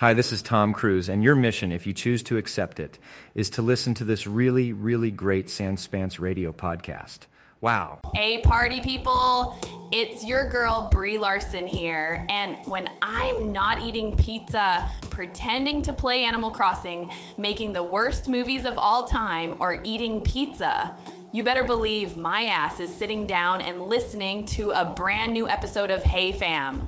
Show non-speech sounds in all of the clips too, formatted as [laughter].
Hi, this is Tom Cruise, and your mission, if you choose to accept it, is to listen to this really, really great Sanspants radio podcast. Wow. Hey, party people. It's your girl, Brie Larson here. And when I'm not eating pizza, pretending to play Animal Crossing, making the worst movies of all time, or eating pizza, you better believe my ass is sitting down and listening to a brand new episode of Hey Fam.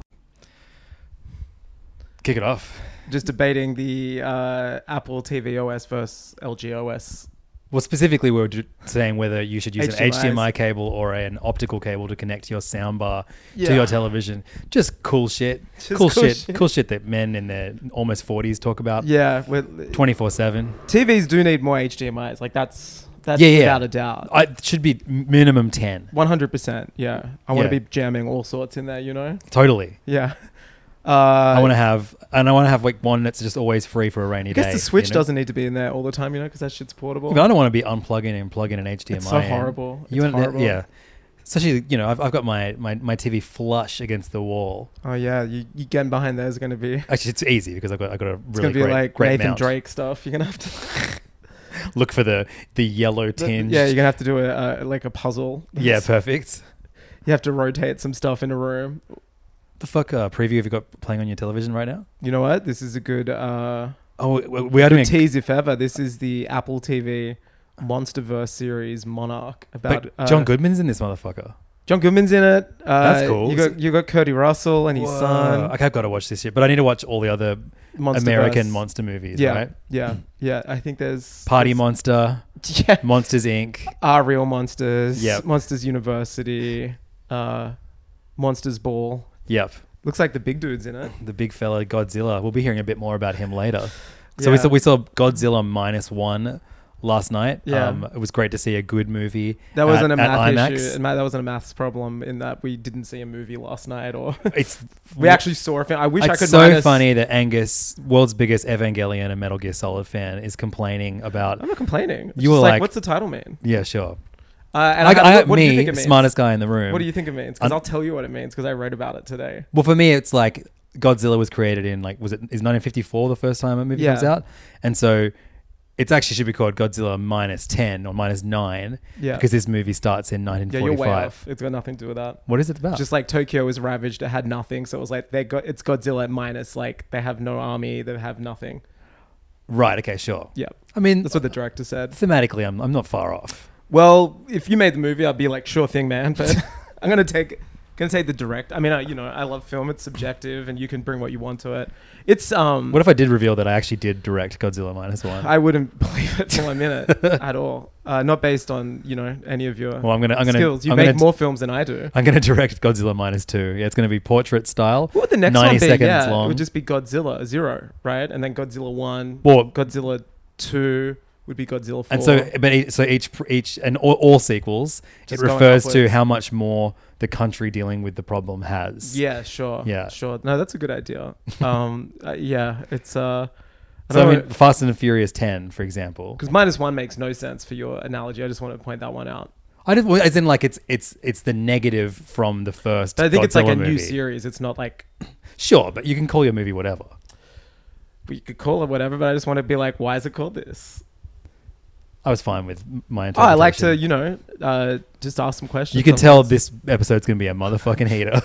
Kick it off. just debating the uh, Apple TVOS versus LGOS. Well, specifically, we were ju- saying whether you should use an HDMIs. HDMI cable or an optical cable to connect your soundbar to Yeah. your television. Just cool shit. Just cool, cool shit. shit. Cool shit that men in their almost 40s talk about Yeah, with 24 7. TVs do need more HDMIs. Like that's that's Yeah, yeah. without a doubt. I it should be m- minimum 10. One hundred percent. Yeah, I want Yeah. to be jamming all sorts in there. You know. Totally. Yeah. Uh, I want to have, and I want to have like one that's just always free for a rainy I day. guess the Switch you know? doesn't need to be in there all the time, you know, because that shit's portable. Look, I don't want to be unplugging and plugging an HDMI. It's so in. horrible. You It's want that- horrible. yeah. Especially, you know, I've, I've got my, my, my TV flush against the wall. Oh yeah, you, you getting behind there is going to be. It's Actually, it's easy because I've got, I've got a really going to be great, like great Nathan mount. Drake stuff. You're gonna have to. Look for the the yellow tinge. yeah, you're gonna have to do a, a like a puzzle. [laughs] [laughs] yeah, perfect. you have to rotate some stuff in a room. The fuck uh, preview have you got playing on your television right now? You know what? This is a good. uh Oh, we- we are doing. a- tease if ever. This is the Apple TV MonsterVerse series Monarch [laughs] about but uh, John Goodman's in this motherfucker. John Goodman's in it. Uh, That's cool. You got you got Cody Russell and his son. Okay, I've got to watch this shit, but I need to watch all the other Monsterverse. American monster movies. Yeah, right? yeah, yeah. I think there's Party there's- Monster, [laughs] Yeah, Monsters Inc. Are Real Monsters. Yep. Monsters University. Uh, Monsters Ball. Yep, Looks like the big dude's in it. the big fella Godzilla. We'll be hearing a bit more about him later. So we Yeah. saw we saw Godzilla minus one last night. Um, Yeah. it was great to see a good movie. That at- wasn't a at math IMAX. issue. and ma- That wasn't a maths problem in that we didn't see a movie last night, or [laughs] It's we actually saw a film. I wish I It's could. so minus- funny that Angus, world's biggest Evangelion and Metal Gear Solid fan, is complaining about. I'm not complaining. It's You just were like, like- what's the title mean? Yeah, sure. Uh, and I, I, I, what do you me, think it means? smartest guy in the room. What do you think it means? Because I'm- I'll tell you what it means because I wrote about it today. Well, for me, it's like Godzilla was created in like was it is 1954 the first time a movie Yeah. comes out, and so it actually should be called Godzilla minus ten or minus nine. Yeah. Because this movie starts in Yeah, you're way 1945. off. It's got nothing to do with that. what is it about? Just like Tokyo was ravaged, it had nothing. So it was like they got it's Godzilla minus like they have no army, they have nothing. right. Okay. Sure. Yeah, I mean, that's what the director said. thematically, I'm I'm not far off. Well, if you made the movie, I'd be like, sure thing, [laughs] man. But I'm gonna take gonna take the direct. I mean, I, you know, I love film. It's subjective, and you can bring what you want to it. It's um, What if I did reveal that I actually did direct Godzilla minus one? I wouldn't [laughs] believe it for a [laughs] minute at all. Uh, not based on you know any of your Well, I'm gonna- I'm gonna- skills. You I'm make gonna- more films than I do. [laughs] I'm going to direct Godzilla minus two. Yeah, it's going to be portrait style. What would the next 90 one be? seconds yeah, long. it would just be Godzilla zero, right? And then Godzilla one. Well- Godzilla two would be Godzilla four. and so, but e- so each each and all, all sequels, Just it going refers to upwards. how much more the country dealing with the problem has. yeah, sure, Yeah. sure. No, that's a good [laughs] idea. Um, uh, yeah, it's uh, I So don't I know, mean, Fast and the Furious ten, for example. because minus one makes no sense for your analogy. I just want to point that one out. I did well, as in like it's it's it's the negative from the first. But I think it's like Godzilla a movie. new series. It's not like Sure, but you can call your movie whatever. we could call it whatever. But I just want to be like, why is it called this? I was fine with my Oh, I like to, interpretation. you know, uh, just ask some questions. You can tell sometimes. this episode's going to be a motherfucking heater.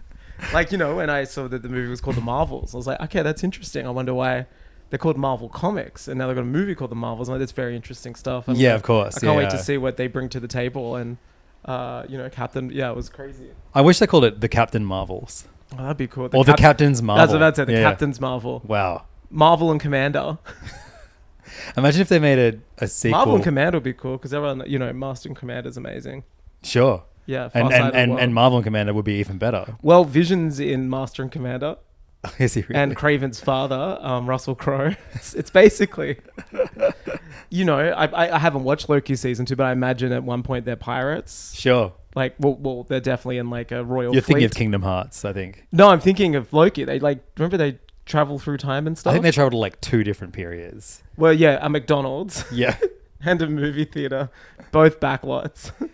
[laughs] [laughs] like, you know, when I saw that the movie was called The Marvels, I was like, okay, that's interesting. I wonder why they're called Marvel Comics, and now they've got a movie called The Marvels. I'm like, that's very interesting stuff. I'm yeah, like, of course. I can't wait yeah. to see what they bring to the table, and uh, you know, Captain. Yeah, it was crazy. I wish they called it the Captain Marvels Oh, that'd be cool. or the Cap- Captain's Marvel. That's what I'd say. The Yeah. Captain's Marvel, Wow. Marvel and Commander. Imagine if they made a, a sequel. Marvel and Commander would be cool because everyone, you know, Master and Commander is amazing. sure. Yeah, And Far Side of and, the and, World. and Marvel and Commander would be even better. [laughs] well, Visions in Master and Commander. Is he really? and Craven's father, um, Russell Crowe. [laughs] It's, it's basically, you know, I, I, I haven't watched Loki season two, but I imagine at one point they're pirates. sure. Like, well, well they're definitely in like a royal. You're thinking fleet. of Kingdom Hearts, I think. No, I'm thinking of Loki. They like remember they travel through time and I stuff. think they traveled to like two different [laughs] periods. well, yeah, a McDonald's [laughs] Yeah. and a movie theater, both backlots, [laughs]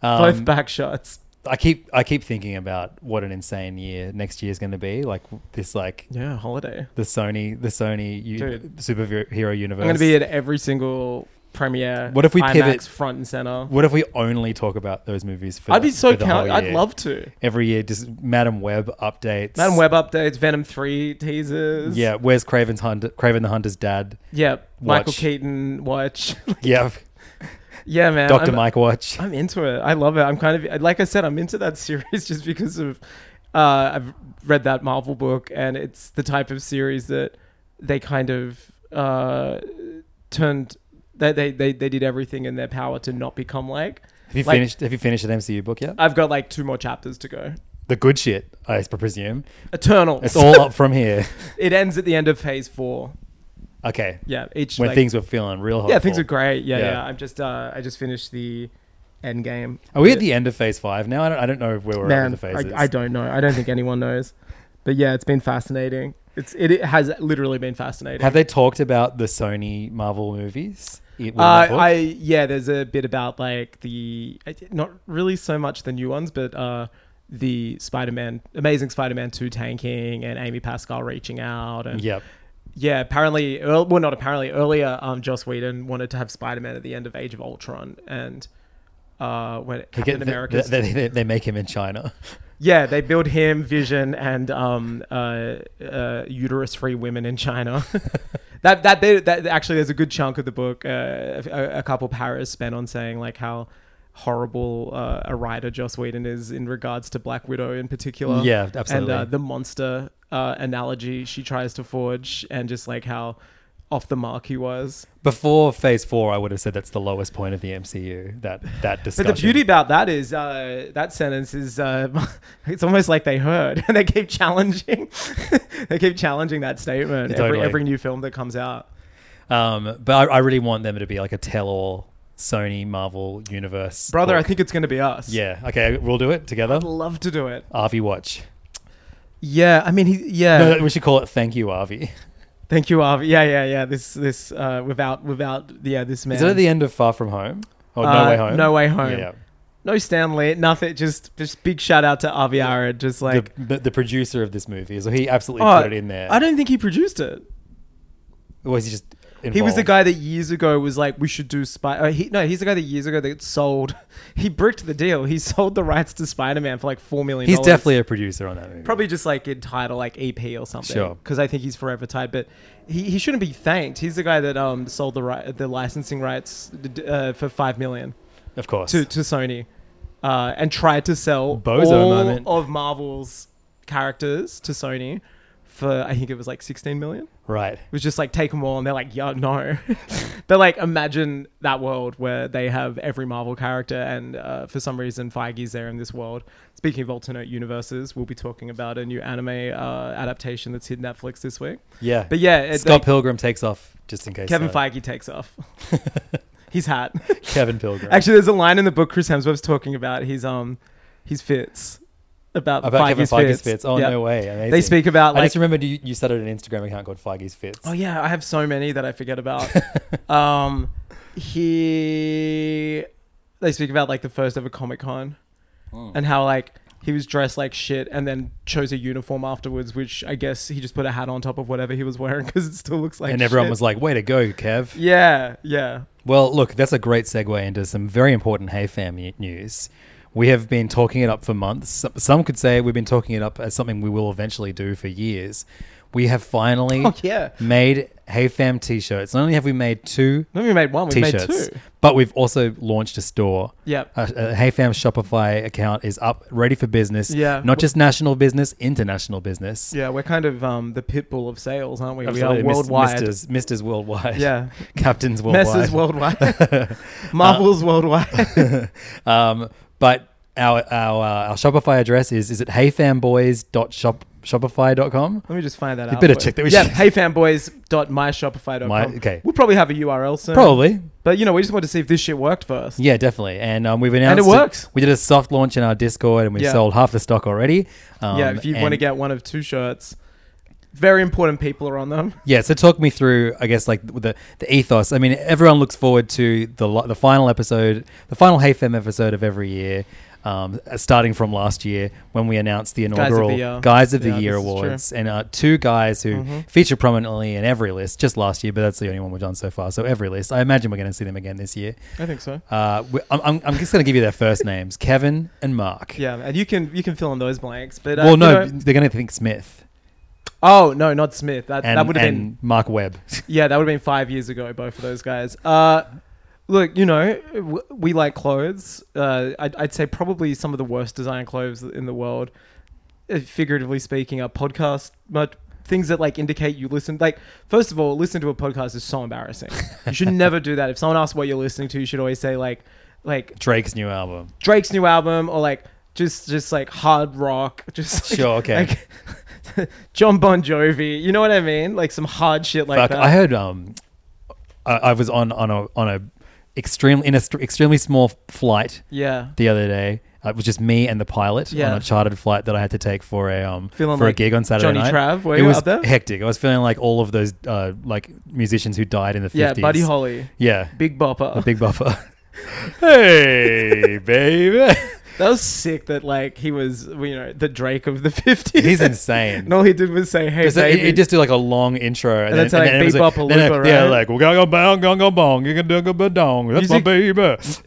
Um, both back shots. I keep I keep thinking about what an insane year next year is going to be. Like this, like Yeah, holiday. the Sony the Sony u- Dude. superhero universe. I'm gonna be at every single premiere. What if we IMAX pivot- front and center? what if we only talk about those movies for? I'd be the- so for the whole count. I'd year? love to. every year just Madam Web updates. Madam Web updates, Venom three teasers. Yeah, where's Craven's Hunter? Craven the Hunter's [laughs] dad. yeah. Michael Watch. Keaton watch. [laughs] Yeah, yeah, [laughs] man. Doctor I'm- Mike [laughs] Watch. I'm into it. I love it. I'm kind of like I said, I'm into that [laughs] series just because of uh, I've read that Marvel book, and it's the type of series that they kind of uh, turned. They, they, they, they did everything in their power to not become like. Have you like- finished? Have you finished an MCU book [laughs] yet? I've got like two more chapters to go. the good shit, I presume. Eternal. It's all up from here. [laughs] [laughs] it ends at the end of phase four. Okay, Yeah, each when like- things were feeling real. Hopeful. yeah things are great. Yeah, Yeah. yeah. I'm just uh, I just finished the end game. Are we at the end of Phase Five now? I don't. I don't know where we're at Man, with the phases. I, I don't know. I don't think anyone knows. But yeah, it's been fascinating. It's it, it has literally been fascinating. Have they talked about the Sony Marvel movies? It- uh, within that book? I yeah, there's a bit about like the I- not really so much the new ones, but uh, the Spider-Man, Amazing Spider-Man two tanking, and Amy Pascal reaching out, and Yep. yeah, apparently, earl- well, not apparently. Earlier, um, Joss Whedon wanted to have Spider-Man at the end of Age of Ultron, and uh, when They Captain get- they- America, They, they- they make him in China. [laughs] yeah, they build him, Vision, and um, uh, uh, uterus-free women in China. [laughs] that that bit, that actually, there's a good chunk of the book. Uh, a, a couple paras spent on saying like how horrible uh, a writer Joss Whedon is in regards to Black Widow in particular. Yeah, absolutely. And uh, the monster uh, analogy she tries to forge, and just like how off the mark he was. Before Phase Four, I would have said that's the lowest point of the MCU. That that But discussion. the beauty about that is uh, that sentence is uh, [laughs] it's almost like they heard [laughs] and they keep challenging [laughs] they keep challenging that statement Totally. every, every new film that comes out. Um, but I, I really want them to be like a tell-all Sony Marvel universe. Brother, I book. think it's going to be us. Yeah. Okay, we'll do it together. I'd love to do it. Arvi Watch. Yeah, I mean, he, yeah. No, we should call it Thank You Arvi. Thank you, Arv. Yeah, yeah, yeah. This, this, uh, without, without, yeah, this man. Is it at the end of Far From Home? Or No Uh, Way Home? No Way Home. Yeah. no Stanley, nothing. Just, just big shout out to Avi Arad. Just yeah. like, The, the, the producer of this movie, so he absolutely Oh, put it in there. I don't think he produced it. Or was he just? Involved? He was the guy that years ago was like, we should do Spider. Uh, he, no, he's the guy that years ago that sold. [laughs] He bricked the deal. He [laughs] sold the rights to Spider Man for like four million. He's definitely a producer on that movie. probably just like in title like EP or something. Sure. Because I think he's forever tied, but he, he shouldn't be thanked. He's the guy that um sold the right the licensing rights d- d- uh, for five million of course. to to Sony, uh, and tried to sell Bozo all moment. of Marvel's characters to Sony. For I think it was like sixteen million Right. was just like take them all and they're like yeah no [laughs] but like imagine that world where they have every marvel character and uh, for some reason feige's there in this world speaking of alternate universes we'll be talking about a new anime uh, adaptation that's hit netflix this week Yeah. but yeah it, Scott like, Pilgrim takes off just in case. kevin uh, feige takes [laughs] off his hat Kevin Pilgrim. actually there's a line in the book chris hemsworth's talking about his um his fits about, about Kevin feige's, Feige's fits, fits. Oh Yeah. no way! Amazing. they speak about I like just remembered you, you started an Instagram account called Feige's Fits. Oh yeah, I have so many that I [laughs] forget about. um, he they speak about like the first ever Comic Con, Hmm. and how like he was dressed like shit and then chose a uniform afterwards, which I guess he just put a hat on top of whatever he was wearing [laughs] because it still looks like. and everyone shit. was like, "Way to go, Kev!" "Yeah, yeah, Well, look, that's a great segue into some very important Hey Fam y- news. We have been talking it up for months. Some- Some could say we've been talking it up as something we will eventually do for years. We have finally oh yeah." made Hey Fam t-shirts. Not only have we made two No, we made one. We made t-shirts, Uh, two. but we've also launched a store. Yep. A, a Hey Fam Shopify account is up, ready for business. Yeah. Not just national business, international business. Yeah, we're kind of um, the pit bull of sales, aren't we? Absolutely. We are Mis- worldwide. Misters, Misters worldwide. Yeah. [laughs] Captains worldwide. Uh, Messes [laughs] worldwide. [laughs] Marvels worldwide. Um, but our our uh, our Shopify address is is it heyfanboys.shopify.com? Let me just find that out. better for check that. you. We Yeah, should- heyfanboys.myshopify.com. My- okay. We'll probably have a URL soon. Probably. But, you know, we just wanted to see if this shit worked first. Yeah, definitely. And um, we've announced works. We did a soft launch in our Discord, and we've Yeah. sold half the stock already. Um, yeah, if you want to and- get one of two shirts, very important people are on them. Yeah, so talk me through, I guess, like the the ethos. I mean, everyone looks forward to the lo- the final episode, the final HeyFem episode of every year. um, starting from last year when we announced the of the inaugural Year. Guys of the Yeah, Year this is true. Mm-hmm. awards, and uh, two guys who feature prominently in every list just last year, but that's the only one we've done so far. So every list, I imagine we're going to see them again this year. I think so. Uh, we- I'm, I'm, I'm just going to give you their [laughs] first names: Kevin and Mark. Yeah, and you can you can fill in those blanks. But uh, Well, you no, know- they're going to think Smith oh no, not Smith. That and, that would have and been Mark Webb. yeah, that would have been five years ago. Both of those guys. Uh, look, you know, w- we like clothes. Uh, I'd, I'd say probably some of the worst designed clothes in the world, uh, figuratively speaking, are podcast much. Things that like indicate you listen. Like, first of all, listening to a podcast is [laughs] so embarrassing. You should never do that. If someone asks what you're listening to, you should always say like, like Drake's new album. Drake's new album or like just just like hard rock, [laughs] just like, Sure, okay. like, [laughs] John Bon Jovi. You know what I mean? Like some hard shit like uh, Fuck, that. I heard. Um, I, I was on on a on a extremely in a st- extremely small flight yeah. the other day. Uh, it was just me and the pilot Yeah. on a chartered flight that I had to take for a um Feeling for a like gig on Saturday Johnny night. Trav, were it you was out there? hectic. I was feeling like all of those uh like musicians who died in the Yeah, fifties. Buddy Holly, Yeah, Big Bopper. the big [laughs] buffer. hey, baby, that was sick that like he was, you know, the Drake of the [laughs] 50s. he's insane. and all he did was say, hey, Just, it, baby. it just [laughs] do like a long intro, and, that's then, like and then it was Bebop or then, Looper, yeah, right? like we gotta go bang, gonna go bong, you can do a bit dong. That's my baby.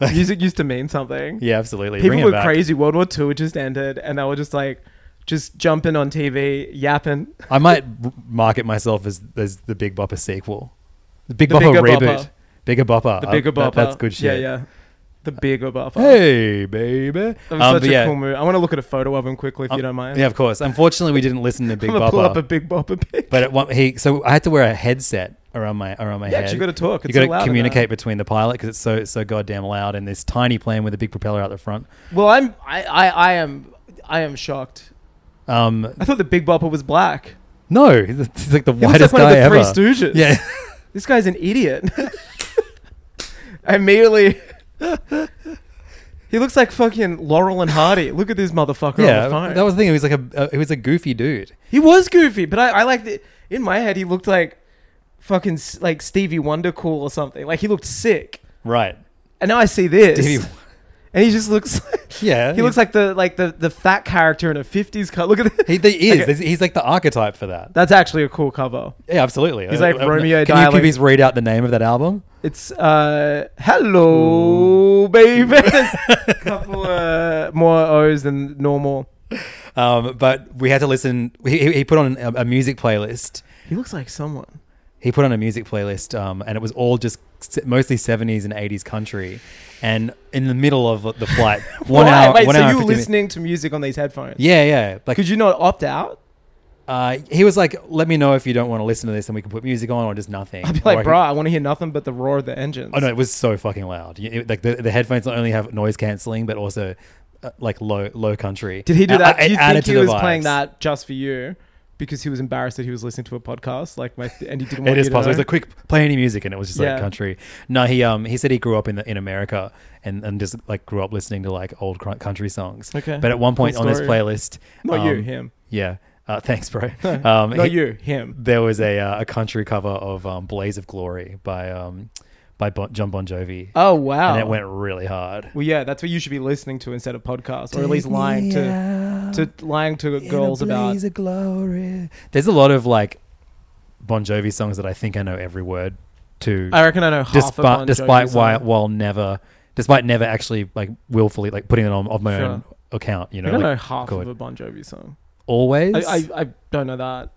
Music used to mean something. [laughs] yeah, absolutely. People Bring it were back. crazy. World War II had just ended and they were just like, just jumping on TV, yapping. I might r- market myself as as the Big Bopper sequel, the Big The Bopper Bigger reboot, Bopper. Bigger Bopper, The Uh, Bigger Bopper. that- that's good shit. Yeah, yeah. The Bigger Bopper. Hey, baby. That was Um, but such a yeah, cool move. I want to look at a photo of him quickly if um, you don't mind. Yeah, of course. Unfortunately, we didn't listen to Big [laughs] I'm gonna pull up a Bopper, big bopper pic. but it, wa- he. So I had to wear a headset around my around my yeah, head. you got to talk. you It's got allowed to in communicate between the pilot because it's so it's so goddamn loud and this tiny plane with a big propeller out the front. that. Well, I'm I, I I am I am shocked. Um, I thought the big bopper was black. no, he's he's like the He looks whitest like one of guy the ever. Three Stooges. [laughs] Yeah, this guy's an idiot. [laughs] I immediately. [laughs] he looks like fucking Laurel and Hardy. Look at this motherfucker on the yeah. phone. That was the thing. He was like a uh, he was a goofy dude. he was goofy, but I I liked it. In my head, he looked like fucking s- like Stevie Wonder cool or something. Like he looked sick. Right. And now I see this, [laughs] Stevie- and he just looks. [laughs] Like, Yeah. He looks like the like the the fat character in a '50s cut. Look at that. He, he is. Okay. There's- He's like the archetype for that. That's actually a cool cover. Yeah, absolutely. He's like Uh, uh, Romeo Can you dialing- please read out the name of that album? It's uh, hello, baby. There's a couple uh, more O's than normal. Um, but we had to listen. He, he- he put on a, a music playlist. He looks like someone. He put on a music playlist, um, and it was all just se- mostly 70s and 80s country. And in the middle of the flight, [laughs] one Why? hour, Wait, one so hour, you were 15 minutes- listening to music on these headphones? Yeah, yeah. Like, Could you not opt out? [laughs] uh, he was like, "Let me know if you don't want to listen to this, and we can put music on, or just nothing." I'd be Or like, Oh, I bro, can- I want to hear nothing but the roar of the engines. Oh no, it was so fucking loud. You- it- like the, the headphones not only have noise canceling, but also uh, like low low country. Did he do A- that? a- Do you added think to he the was vibes. playing that just for you because he was embarrassed that he was listening to a podcast? Like, my, and he didn't want It is you to possible. It's know? like quick play any music, and it was just Yeah. like country. No, he um he said he grew up in the, in America and and just like grew up listening to like old cr- country songs. Okay. but at one point Cool on this story. playlist, Not you, um, him. Yeah, uh, [laughs] thanks, [laughs] bro. Um, Not he- you, him. There was a uh, a country cover of um, "Blaze of Glory" by um by bon- John Bon Jovi, Oh wow! and it went really hard. well, yeah, that's what you should be listening to instead of podcasts, or at least lying to to lying to girls about. There's a lot of like Bon Jovi songs that I think I know every word to, I reckon I know half of despite Bon despite Jovi's why, song. while never despite never actually like willfully like putting it on of my Sure. own account. You I know, don't know like, half God. of a Bon Jovi song. always. I, I, I don't know that.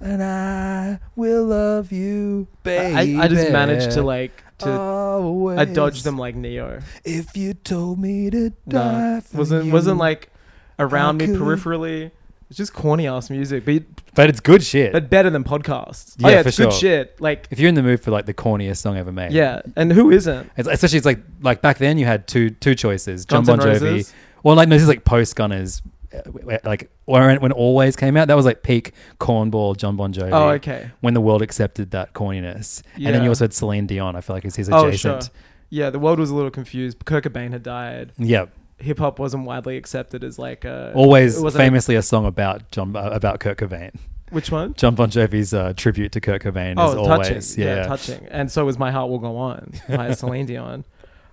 and I will love you, I, I just managed to like to. Always. I dodged them like Neo. If you told me to No, wasn't wasn't like around me peripherally. It's just corny ass music, but But it's good shit. but better than podcasts. oh Yeah, yeah, for it's good sure. shit. Like if you're in the mood for like the corniest song ever made, yeah, and who isn't? It's, especially, it's like like back then you had two two choices: John Guns N' Bon Jovi. Roses? Well, like no, this is like post Gunners, uh, wh- like when when Always came out. That was like peak cornball John Bon Jovi. Oh okay. When the world accepted that corniness, and then Yeah. you also had Celine Dion. I feel like is his Oh, adjacent. sure. Yeah, the world was a little confused. Kurt Cobain had died. Yeah, Hip hop wasn't widely accepted as like a always it wasn't a- famously a song about John uh, about Kurt Cobain. which one? John Bon Jovi's uh, tribute to Kurt Cobain is Oh, always [laughs] touching. Yeah, touching. And so was my heart will go on by Celine Dion.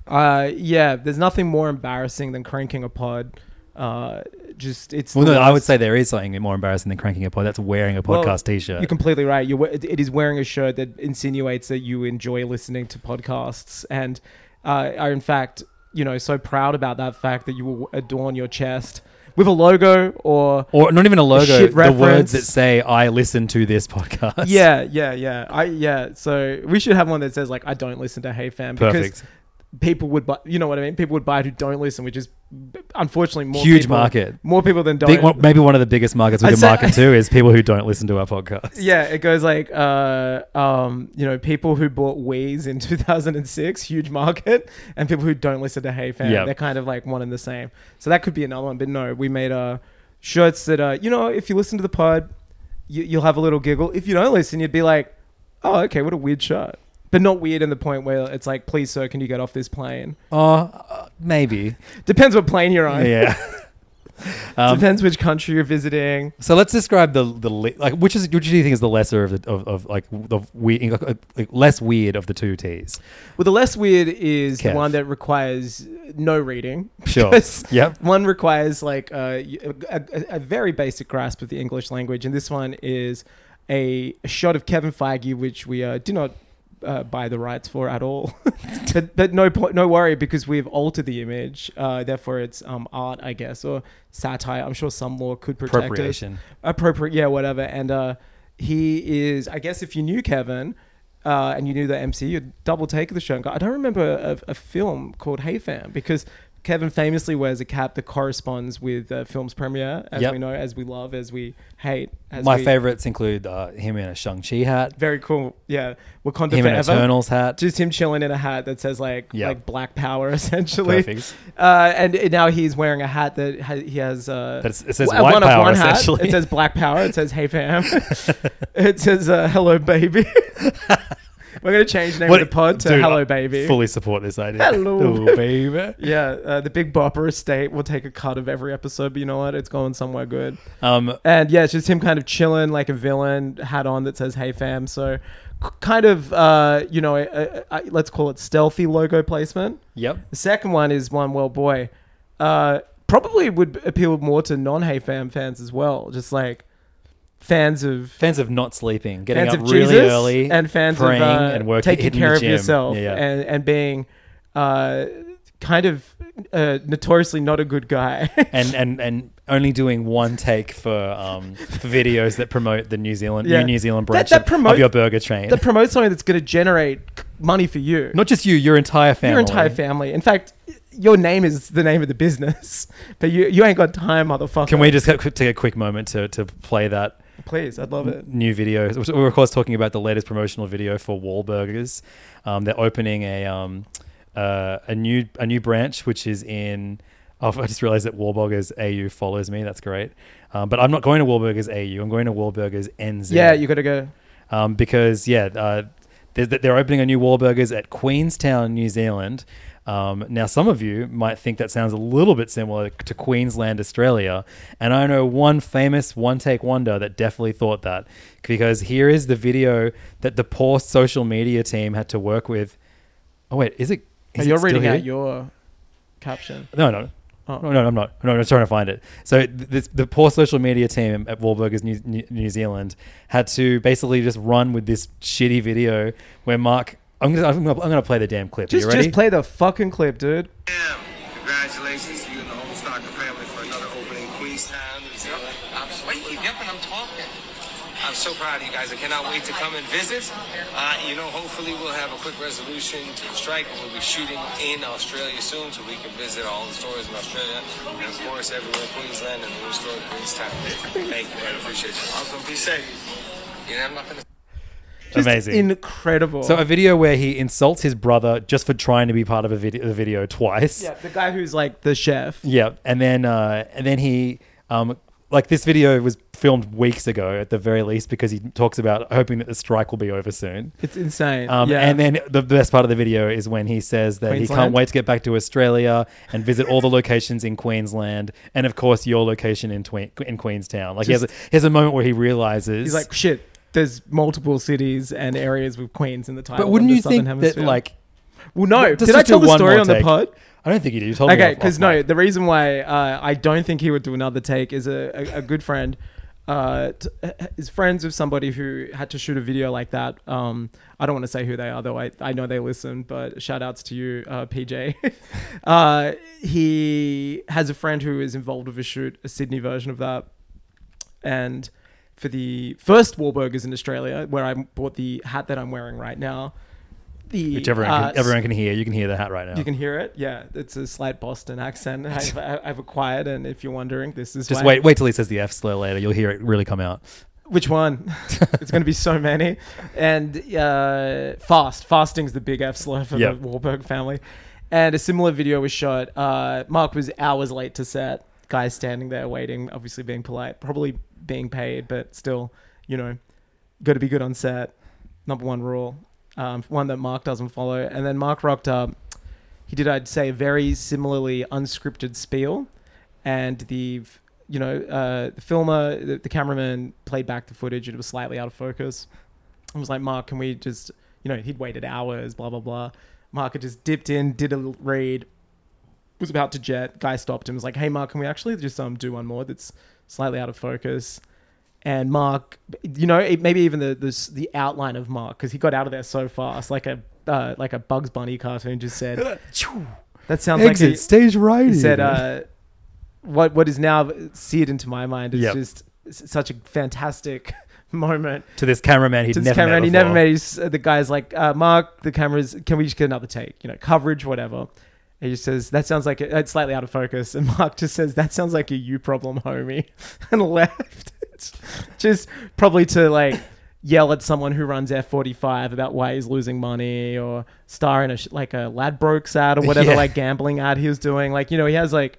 Uh, yeah, there's nothing more embarrassing than cranking a pod. Uh, just it's. Well, the no, I would worst. say there is something more embarrassing than cranking a pod. That's wearing a Well, podcast T-shirt. You're completely right. You're, we- it it is wearing a shirt that insinuates that you enjoy listening to podcasts, and uh, are in fact, you know, so proud about that fact that you will adorn your chest with a logo or. or not even a logo. shit The words reference. that say "I listen to this podcast." Yeah, yeah, yeah. I yeah. So we should have one that says like I don't listen to Hey Fam because perfect. people would buy. You know what I mean? People would buy it who don't listen, which is b- unfortunately more Huge people- market. More people than don't. [laughs] Big, one, maybe one of the biggest markets we I'd can say- market to is people who don't listen to our [laughs] podcast. yeah, it goes like, uh, um, you know, people who bought Wii's in [laughs] 2006, huge market, and people who don't listen to Hey Fam, Yep. they're kind of like one and the same. So that could be another one. But no, we made uh, shirts that, uh, you know, if you listen to the pod, you, you'll have a little giggle. If you don't listen, you'd be like, oh, okay, what a weird shirt. But not weird in the point where it's like, please, sir, can you get off this plane? Oh, uh, maybe. Depends what plane you're on. [laughs] Yeah. Um, Depends which country you're visiting. So let's describe the the le- like which is which do you think is the lesser of the of, of like the we like, like, less weird of the two T's? Well, the less weird is Kev. the one that requires no reading. Sure. Because Yep. One requires like a, a, a- a very basic grasp of the English language, and this one is a shot of Kevin Feige, which we uh, do not uh, buy the rights for at all. [laughs] but but no po- no worry because we've altered the image. Uh, therefore, it's um, art, I guess, or satire. I'm sure some law could protect us Appropriation. appropriate yeah whatever and uh he is i guess if you knew kevin uh, and you knew the MC, you'd double take the show and go, I don't remember a, a film called Hey Fam because Kevin famously wears a cap that corresponds with uh, film's premiere, as Yep. we know, as we love, as we hate. As My we- favorites include uh, him in a Shang Chi hat, Very cool. Yeah. Wakanda him in Forever. an Eternals hat. Just him chilling in a hat that says like Yep. like black power [laughs] essentially. Perfect. Uh, and it- now he's wearing a hat that ha- he has. Uh, That's- it says a white one-up power, hat. essentially. It says black power. It says [laughs] hey fam. it says uh, hello baby. We're gonna change the name What- of the pod to dude, I hello baby. Fully support this idea. Hello, Ooh, baby. yeah, uh, the Big Bopper estate will take a cut of every episode, but you know what? It's going somewhere good. Um, And yeah, it's just him kind of chilling like a villain, hat on that says "Hey fam." So, k- kind of, uh, you know, a, a, a, let's call it stealthy logo placement. yep. The second one is one well boy. Uh, probably would appeal more to non-Hey fam fans as well, just like fans of Fans of not sleeping, getting fans up of really Jesus early, and fans praying of uh, and working, taking hitting care the of gym. yourself Yeah, yeah. and and being uh, kind of uh, notoriously not a good guy. [laughs] and and and only doing one take for um for videos that promote the New Zealand Yeah. new New Zealand That- branch that of- promote- of your burger train. that promotes something that's going to generate money for you. Not just you, your entire family. Your entire family. In fact, your name is the name of the business, [laughs] but you you ain't got time, motherfucker. Can we just get- take a quick moment to to play that please? I'd love it. new video? We were of course talking about the latest promotional video for Wahlburgers. Um, they're opening a um uh, a new a new branch which is in. Oh, [laughs] I just realized that Wahlburgers AU follows me. That's great. Um, but I'm not going to Wahlburgers AU. I'm going to Wahlburgers NZ. Yeah, you got to go. um, because yeah, uh, they're, they're opening a new Wahlburgers at Queenstown, New Zealand. Um, now, some of you might think that sounds a little bit similar to Queensland, Australia, and I know one famous one-take wonder that definitely thought that because here is the video that the poor social media team had to work with. Oh wait, is it? Is it You're still reading here? out your caption. No, no. Oh. No, no, I'm not. No, I'm just trying to find it. So th- this, the poor social media team at Wahlburgers New, New, New Zealand had to basically just run with this shitty video where Mark. I'm gonna, I'm gonna, I'm gonna play the damn clip. Just Are you ready? just play the fucking clip, dude. Damn. Congratulations to you and the whole Stocker family for another opening in Queenstown, New Zealand. Absolutely. Yep, and I'm talking. I'm so proud of you guys. I cannot wait to come and visit. Uh, you know, hopefully we'll have a quick resolution to the strike. We'll be shooting in Australia soon so we can visit all the stores in Australia. And of course, everywhere in Queensland and the new store in Queenstown. Thank you, man. Appreciate you. Awesome. Be safe. You know, I'm not gonna Just Amazing. incredible. so a video where he insults his brother just for trying to be part of a video, a video twice. yeah, the guy who's like the chef. Yeah, and then uh, and then he um, like this video was filmed weeks ago at the very least because he talks about hoping that the strike will be over soon. It's insane. Um, yeah. And then the best part of the video is when he says that he can't Queensland? wait to get back to Australia and visit all the locations in Queensland and, of course, your location in Twe- in Queenstown. Like he has, a, he has a moment where he realizes he's like, shit. There's multiple cities and areas with Queens in the title. but wouldn't of the you Southern think that Hemisphere. like Well, no. Let's Did just I tell do the one story more on the take. pod? I don't think you did. You told me. Okay, off- because off no, mic. the reason why uh, I don't think he would do another take is a, a, a good friend uh, t- is friends with somebody who had to shoot a video like that. Um, I don't want to say who they are, though. I, I know they listen, but shout outs to you, uh, PJ. [laughs] uh, he has a friend who is involved with a shoot, a Sydney version of that. And for the first Warburgers in Australia, where I bought the hat that I'm wearing right now, the Which everyone, uh, can, everyone can hear. You can hear the hat right now. you can hear it. Yeah, it's a slight Boston [laughs] accent I've, I've acquired. And if you're wondering, this is just why- wait. Wait till he says the F slur later. You'll hear it really come out. [laughs] Which one? it's going to be so many. And uh, fast. Fasting's the big F slur for Yep. the Wahlberg family. And a similar video was shot. Uh, Mark was hours late to set. Guys standing there waiting, obviously being polite, probably being paid, but still, you know, got to be good on set. Number one rule. Um, one that Mark doesn't follow. And then Mark rocked up. He did, I'd say, a very similarly unscripted spiel. And the, you know, uh, the filmer, the, the cameraman played back the footage. It was slightly out of focus. I was like, Mark, can we just, you know, he'd waited hours, blah, blah, blah. Mark had just dipped in, did a little read, was about to jet. Guy stopped him, was like, hey, Mark, can we actually just um, do one more that's slightly out of focus? And Mark, you know, it, maybe even the, the s- the outline of Mark, because he got out of there so fast, like a uh, like a Bugs Bunny cartoon just said. that sounds like the- stage right. he said, uh, "What what is now uh, seared into my mind is Yep. just s- such a fantastic [laughs] moment." to this cameraman he'd To this never camera, met and he never before. made. He's, the guy's like, uh, "Mark, the cameras. Can we just get another take? You know, coverage, whatever." And he just says, "That sounds like a, it's slightly out of focus." And Mark just says, "That sounds like a you problem, homie," [laughs] and left. [laughs] It's just probably to like yell at someone who runs F forty five about why he's losing money or star in a sh- like a Ladbrokes ad or [laughs] whatever Yeah. like gambling ad he was doing. Like you know, he has like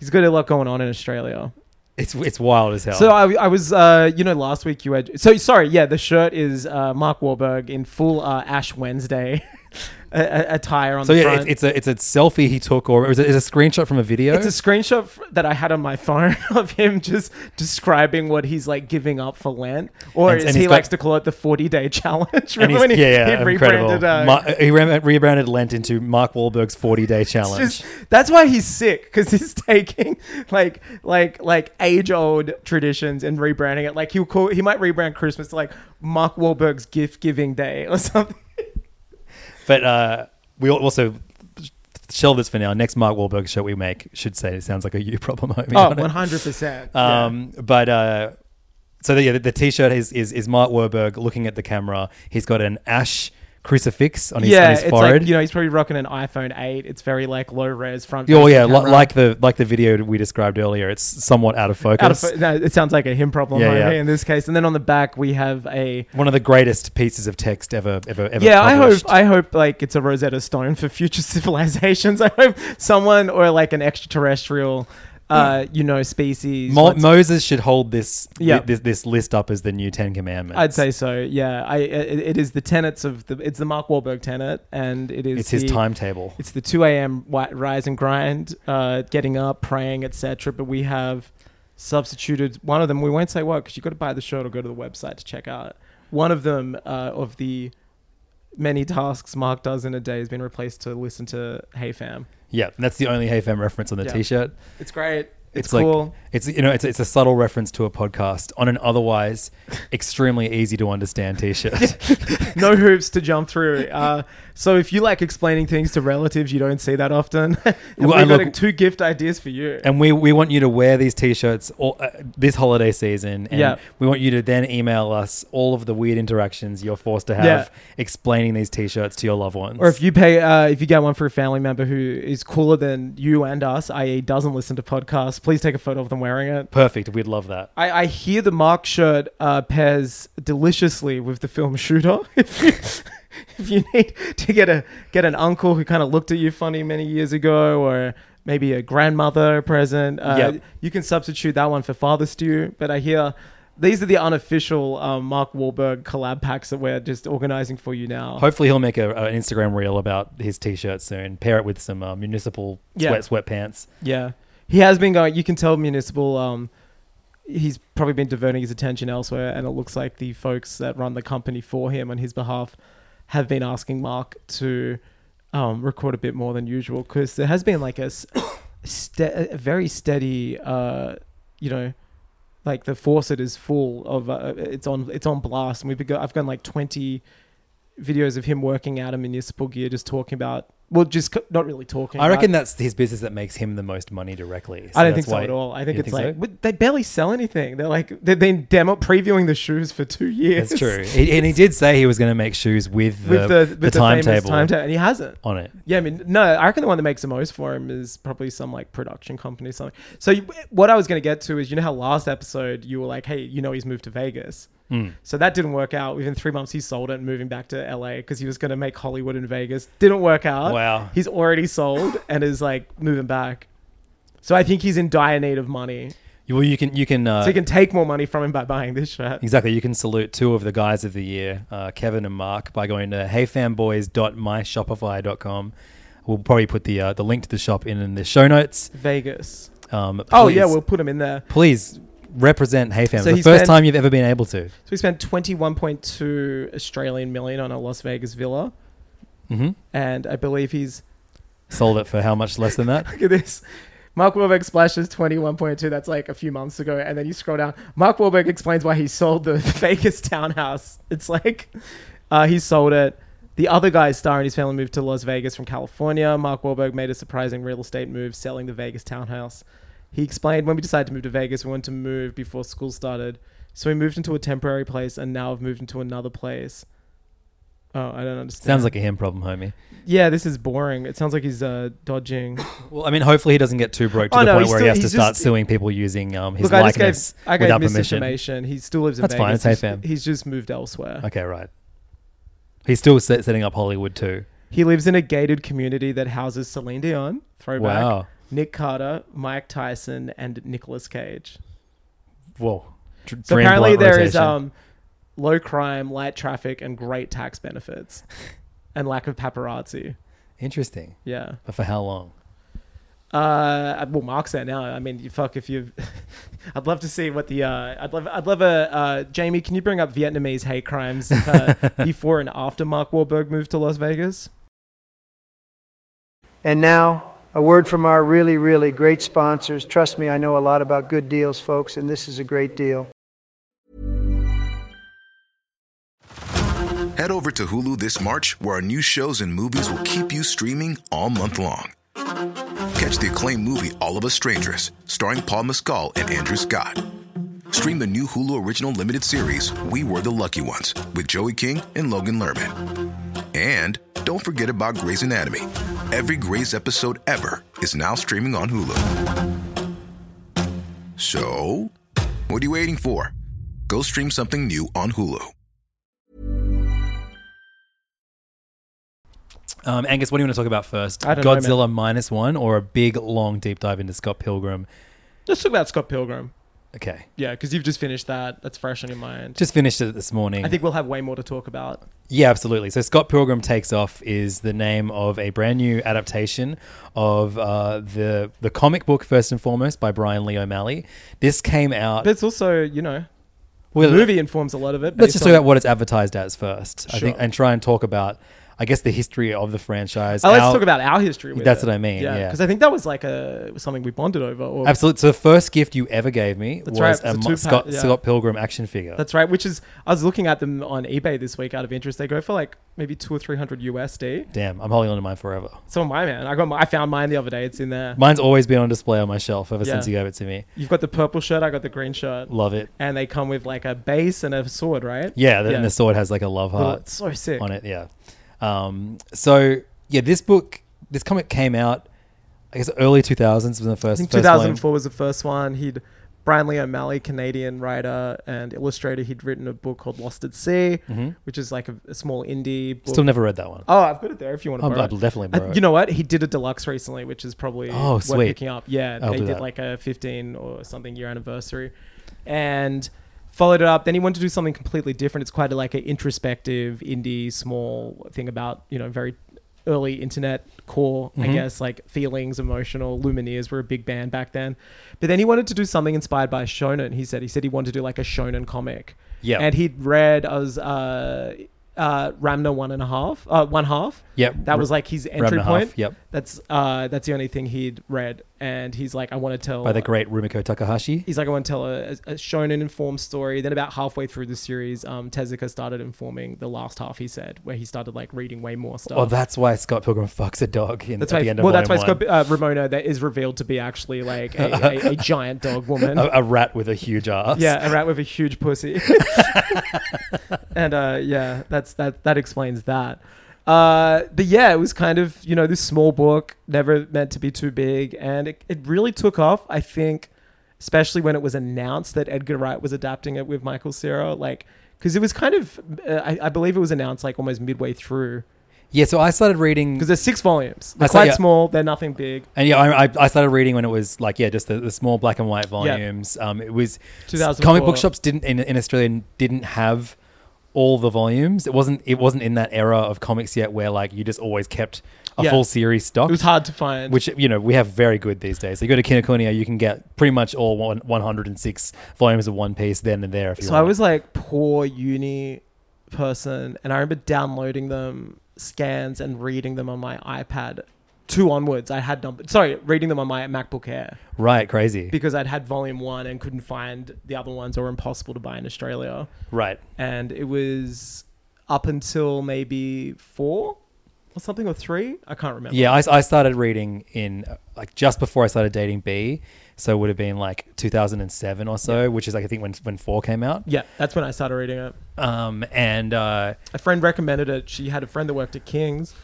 he's got a lot going on in Australia. It's it's wild as hell. So I, I was, uh, you know, last week you had. So sorry, yeah, the shirt is uh, Mark Wahlberg in full uh, Ash Wednesday [laughs] a- a- attire on So the yeah, front. it's, it's a it's a selfie he took, or is it is a screenshot from a video? It's a screenshot f- that I had on my [laughs] phone of him just describing what he's like giving up for Lent, or And- as and he he's got- likes to call it the forty day [laughs] challenge. and Remember he's, when he, yeah, yeah, he incredible. rebranded? Uh, Ma- he re- rebranded Lent into Mark Wahlberg's 40 day challenge. It's just- [laughs] that's why he's sick because he's [laughs] taking like like like age old traditions and rebranding it. Like he'll call he might rebrand Christmas to like Mark Wahlberg's gift giving day or [laughs] something. but uh, we al- also shelve this for now. Next Mark Wahlberg show we make should say it sounds like a you [laughs] problem homie. Oh, on it. 100 percent. Um, But uh, so the, yeah, the, the t-shirt is, is is Mark Wahlberg looking at the camera. He's got an ash crucifix on his, on yeah, his it's forehead. like you know he's probably rocking an iPhone 8. It's very like low res front. Oh yeah, facing li- camera. like the like the video we described earlier, it's somewhat out of focus. Out of, fo- no, it sounds like a him problem Yeah, homie, yeah. in this case. And then on the back we have a One of the greatest pieces of text ever ever ever. yeah. I hope published. I hope like it's a Rosetta Stone for future [laughs] civilizations. I hope someone or like an extraterrestrial, uh, you know, species. Mm. Mo- wants- Moses should hold this, thi- Yeah. this this list up as the new Ten Commandments. I'd say so. Yeah, I it, it is the tenets of the it's the Mark Wahlberg tenet, and it is it's his the- timetable. [laughs] It's the 2 a.m. wi- rise and grind, uh, getting up, praying, etc. But we have substituted one of them. We won't say what because you've got to buy the shirt or go to the website to check out. One of them uh, of the many tasks Mark does in a day has been replaced to listen to Hey Fam. Yeah, and that's the only Hey Fam reference on the Yeah. T-shirt. It's great. It's, It's, like cool. it's you know it's it's a subtle reference to a podcast on an [laughs] otherwise extremely easy to understand T-shirt. no [laughs] hoops to jump through. Uh, so if you like explaining things to relatives, you don't see that often. [laughs] and Well, we've and got look- uh, two gift ideas for you. and we we want you to wear these T-shirts all, uh, this holiday season, and Yeah. we want you to then email us all of the weird interactions you're forced to have Yeah. explaining these T-shirts to your loved ones. Or if you pay, uh, if you get one for a family member who is cooler than you and us, i.e., doesn't listen to podcasts, please take a photo of them wearing it. perfect, we'd love that. I, I hear the Mark shirt uh, pairs deliciously with the film Shooter. [laughs] if, you, if you need to get a get an uncle who kind of looked at you funny many years ago, or maybe a grandmother present, uh, Yep. you can substitute that one for Father Stew. But I hear these are the unofficial um, Mark Wahlberg collab packs that we're just organizing for you now. Hopefully he'll make a, an Instagram reel about his T-shirt soon. Pair it with some uh, municipal Yeah. sweat sweatpants. Yeah, he has been going. You can tell municipal. Um, he's probably been diverting his attention elsewhere, and it looks like the folks that run the company for him on his behalf have been asking Mark to um, record a bit more than usual because there has been like a, s- [coughs] ste- a very steady, uh, you know, like the faucet is full of uh, it's on it's on blast, and we've begun, I've gone like twenty videos of him working out of municipal gear, just talking about well, just c- not really talking. I about- reckon that's his business that makes him the most money directly. I don't that's think so why- at all. I You think don't it's like so? but they barely sell anything. They're like they've been demo previewing the shoes for two years. That's true. He- and he did say he was going to make shoes with the, [laughs] with the, with the the, timetable famous timetable, and he hasn't. on it. Yeah, I mean, no, I reckon the one that makes the most for him is probably some like production company, or something. So, you, what I was going to get to is, you know, how last episode you were like, hey, you know, he's moved to Vegas. Hmm. So that didn't work out. Within three months, he sold it and moving back to LA because he was going to make Hollywood in Vegas. Didn't work out. Wow. He's already sold and is like moving back. So I think he's in dire need of money. You- Well, you can you can, uh, So you can take more money from him by buying this shirt. exactly you can salute two of the guys of the year, uh, Kevin and Mark, by going to heyfanboys.myshopify.com. We'll probably put the uh, the link to the shop in, in the show notes. Vegas. Um, Oh, please- yeah, we'll put him in there. please represent HeyFam. So the he first spent- time you've ever been able to. So we spent 21.2 Australian million on a Las Vegas villa. hmm and I believe he's Sold it for how much less than [laughs] that? look at this. Mark Wahlberg splashes twenty one point two. That's like a few months ago, and then you scroll down. Mark Wahlberg explains why he sold the [laughs] Vegas townhouse. It's like uh, he sold it. The other guy, Star, and his family moved to Las Vegas from California. Mark Wahlberg made a surprising real estate move, selling the Vegas townhouse. He explained, "When we decided to move to Vegas, we wanted to move before school started, so we moved into a temporary place, and now I've moved into another place." Oh, I don't understand. Sounds like a him problem, homie. Yeah, this is boring. It sounds like he's uh, dodging. Well, I mean, hopefully he doesn't get too broke to Oh, the no, point he's where he still- has to he's start just- suing people using um, his Look, I just likeness gave I gave without permission. misinformation. He still lives in That's fine, Vegas. it's He's- AFM. He's just moved elsewhere. Okay, right. He's still set, setting up Hollywood too. He lives in a gated community that houses Celine Dion, throwback, Wow. Nick Carter, Mike Tyson, and Nicolas Cage. Whoa. Dr- So dream apparently blunt there is rotation. um, low crime, light traffic, and great [laughs] tax benefits, and lack of paparazzi. interesting, Yeah. but for how long? Uh, well, Mark's there now. I mean, you fuck if you. [laughs] I'd love to see what the. Uh, I'd love. I'd love a. Uh, Jamie, can you bring up Vietnamese hate crimes [laughs] uh, before and after Mark Wahlberg moved to Las Vegas? And now, a word from our really, really great sponsors. Trust me, I know a lot about good deals, folks, and this is a great deal. Head over to Hulu this March, where our new shows and movies will keep you streaming all month long. Catch the acclaimed movie All of Us Strangers, starring Paul Mescal and Andrew Scott. Stream the new Hulu original limited series We Were the Lucky Ones with Joey King and Logan Lerman. And don't forget about Grey's Anatomy. Every Grey's episode ever is now streaming on Hulu. So, what are you waiting for? Go stream something new on Hulu. Um, Angus, what do you want to talk about first? I don't know, Godzilla minus one, or a big long deep dive into Scott Pilgrim? Let's talk about Scott Pilgrim. Okay, Yeah, because you've just finished that. That's fresh on your mind. just finished it this morning. I think we'll have way more to talk about. Yeah, absolutely. So Scott Pilgrim Takes Off is the name of a brand new adaptation of uh, the the comic book first and foremost by Brian Lee O'Malley. This came out. But it's also, you know, well, the movie informs a lot of it. Let's just based talk on- about what it's advertised as first. I think, Sure. and try and talk about, I guess, the history of the franchise. Oh, let's Our- talk about our history. With That's it. what I mean, yeah. because I think that was like a something we bonded over. Or, Absolutely. So the first gift you ever gave me was That's right, a, it was a Mo- two-pack, Scott, yeah. Scott Pilgrim action figure. That's right. Which is, I was looking at them on eBay this week. Out of interest, they go for like maybe two or three hundred USD. Damn, I'm holding on to mine forever. So am I, man. I got my, I found mine the other day. It's in there. Mine's always been on display on my shelf ever Yeah. since you gave it to me. You've got the purple shirt. I got the green shirt. Love it. And they come with like a base and a sword, right? Yeah, the, and the sword has like a love Little- heart. it's so sick. on it. Yeah. Um, so yeah, this book, this comic came out. I guess early 2000s was the I first. think first 2004 one. was the first one. He'd Brian Lee O'Malley, Canadian writer and illustrator. He'd written a book called Lost at Sea, which is like a, a small indie. Book. Mm-hmm. Still never read that one. Oh, I've got it there if you want to I'll- borrow I'll it. definitely I- borrow it. You know what? He did a deluxe recently, which is probably Oh, worth sweet. picking up. Yeah, I'll they do did that. like a 15 or something year anniversary, and followed it up. Then he wanted to do something completely different. It's quite a, like an introspective indie small thing about you know very early internet core, I guess, like feelings, emotional. Lumineers were a big band back then, but then he wanted to do something inspired by shonen. He said he said he wanted to do like a shonen comic. Yeah. and he'd read I was uh, uh, Ramna one and a half, uh, one half. Yep. that R- was like his entry Ramna half, point. yep. that's uh, that's the only thing he'd read, and he's like, I want to tell by the great Rumiko Takahashi. he's like, I want to tell a, a shonen informed story. Then about halfway through the series, um, Tezuka started informing the last half. He said where he started like reading way more stuff. Oh, that's why Scott Pilgrim fucks a dog in, That's at why. the end of well, that's why volume Scott, one. uh, Ramona that is revealed to be actually like a, a, [laughs] a giant dog woman. a, a rat with a huge [laughs] ass. Yeah, a rat with a [laughs] huge pussy. and uh, yeah, that's that. That explains that. Uh, but yeah, it was kind of you know this small book, never meant to be too big, and it, it really took off. I think, especially when it was announced that Edgar Wright was adapting it with Michael Cera, like because it was kind of uh, I, I believe it was announced like almost midway through Yeah. So I started reading because there's six volumes. They're I saw- quite yeah. small. They're nothing big. And yeah, I, I- I started reading when it was like yeah, just the, the small black and white volumes. Um, it was 2004. comic book shops didn't in, in Australia didn't have all the volumes. It wasn't it wasn't in that era of comics yet where like you just always kept a Yeah. full series stock. It was hard to find. Which you know we have very good these days. you go to Kinokuniya, you can get pretty much all one, 106 volumes of One Piece then and there. If you So I want. was like poor uni person, and I remember downloading them scans and reading them on my iPad. Two onwards, I had number. Sorry, reading them on my MacBook Air right, crazy, because I'd had Volume One and couldn't find the other ones, or impossible to buy in Australia. right. And it was up until maybe four or something or three. I can't remember. Yeah, I, I started reading in uh, like just before I started dating B, so it would have been like 2007 or so, which is like I think when when four came out. yeah, that's when I started reading it. Um, and uh, a friend recommended it. She had a friend that worked at King's,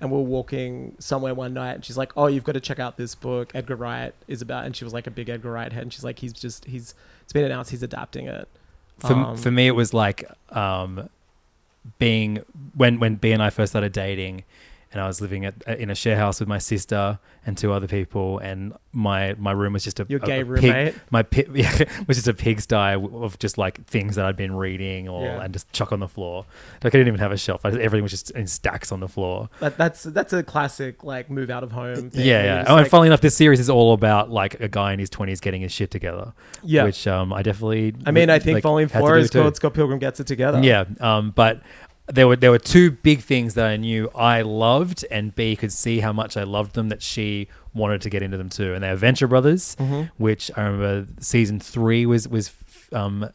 and we were walking somewhere one night, and she's like, "Oh, you've got to check out this book. Edgar Wright is about." And she was like a big Edgar Wright head, and she's like, "He's just he's it's been announced he's adapting it." for Um, for me, it was like um, being when when B and I first started dating, and I was living at, uh, in a share house with my sister and two other people, and my my room was just a Your a- gay a roommate? Pig, my pi- [laughs] yeah, was just a pigsty of just like things that I'd been reading or Yeah. and just chuck on the floor. Like I didn't even have a shelf. I, everything was just in stacks on the floor. That, that's that's a classic like move out of home. Thing Yeah, where you're yeah. just Oh, and like- funnily enough, this series is all about like a guy in his twenties getting his shit together. Yeah. which um, I definitely. I mean, I think like, Volume had to Four do is too. called Scott Pilgrim Gets It Together. Yeah, um, but there were there were two big things that I knew I loved, and B could see how much I loved them that she wanted to get into them too. And they're Venture Brothers, which I remember season three was was um,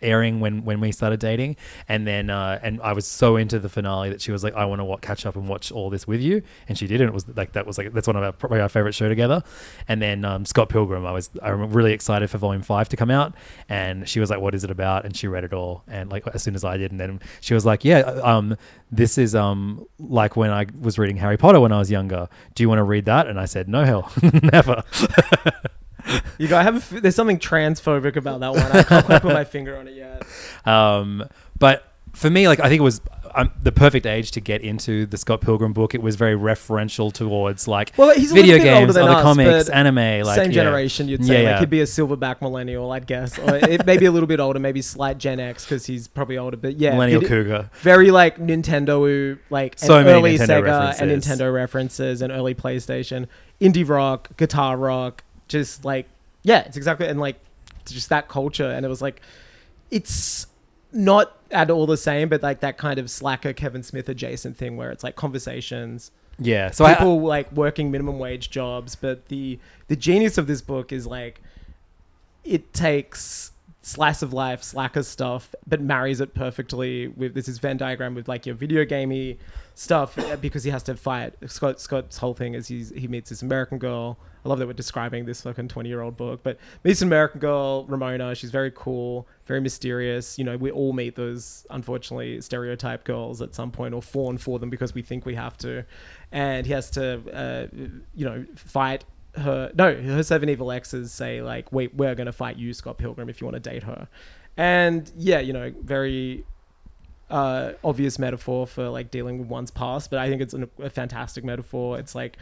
airing when when we started dating, and then uh, and I was so into the finale that she was like, I want to watch, catch up and watch all this with you, and she did, and it was like that was like that's one of our probably our favorite show together. And then um, Scott Pilgrim, I was I am really excited for Volume Five to come out, and she was like, "What is it about?" And she read it all, and like as soon as I did, and then she was like, "Yeah, um, this is um like when I was reading Harry Potter when I was younger. Do you want to read that?" And I said, "No, hell, [laughs] never." you go. I have. A f- there's something transphobic about that one. I can't [laughs] quite put my finger on it yet. Um, but for me, like I think it was um, the perfect age to get into the Scott Pilgrim book. It was very referential towards like Well, he's a video little bit older games, than other us, comics, but anime, like same yeah. generation, you'd say. Yeah, Like yeah. he'd be a silverback millennial, I'd guess, or it, maybe a little bit older, maybe slight Gen X because he's probably older. But yeah, millennial it- cougar. Very like Nintendo, like and So many early Nintendo Sega and references. Nintendo references and early PlayStation, indie rock, guitar rock, just like yeah, it's exactly and like just that culture. And it was like it's not at all the same, but like that kind of slacker Kevin Smith adjacent thing where it's like conversations Yeah, so I- people like working minimum wage jobs but the the genius of this book is like it takes slice of life slacker stuff but marries it perfectly with this is venn diagram with like your video gamey stuff uh, because he has to fight scott scott's whole thing is he's, he meets this american girl i love that we're describing this fucking 20 year old book but meets an american girl ramona she's very cool very mysterious you know we all meet those unfortunately stereotype girls at some point or fawn for them because we think we have to and he has to uh, you know fight her no her seven evil exes say like wait we're going to fight you scott pilgrim if you want to date her and yeah you know very uh, obvious metaphor for like dealing with one's past but i think it's an, a fantastic metaphor it's like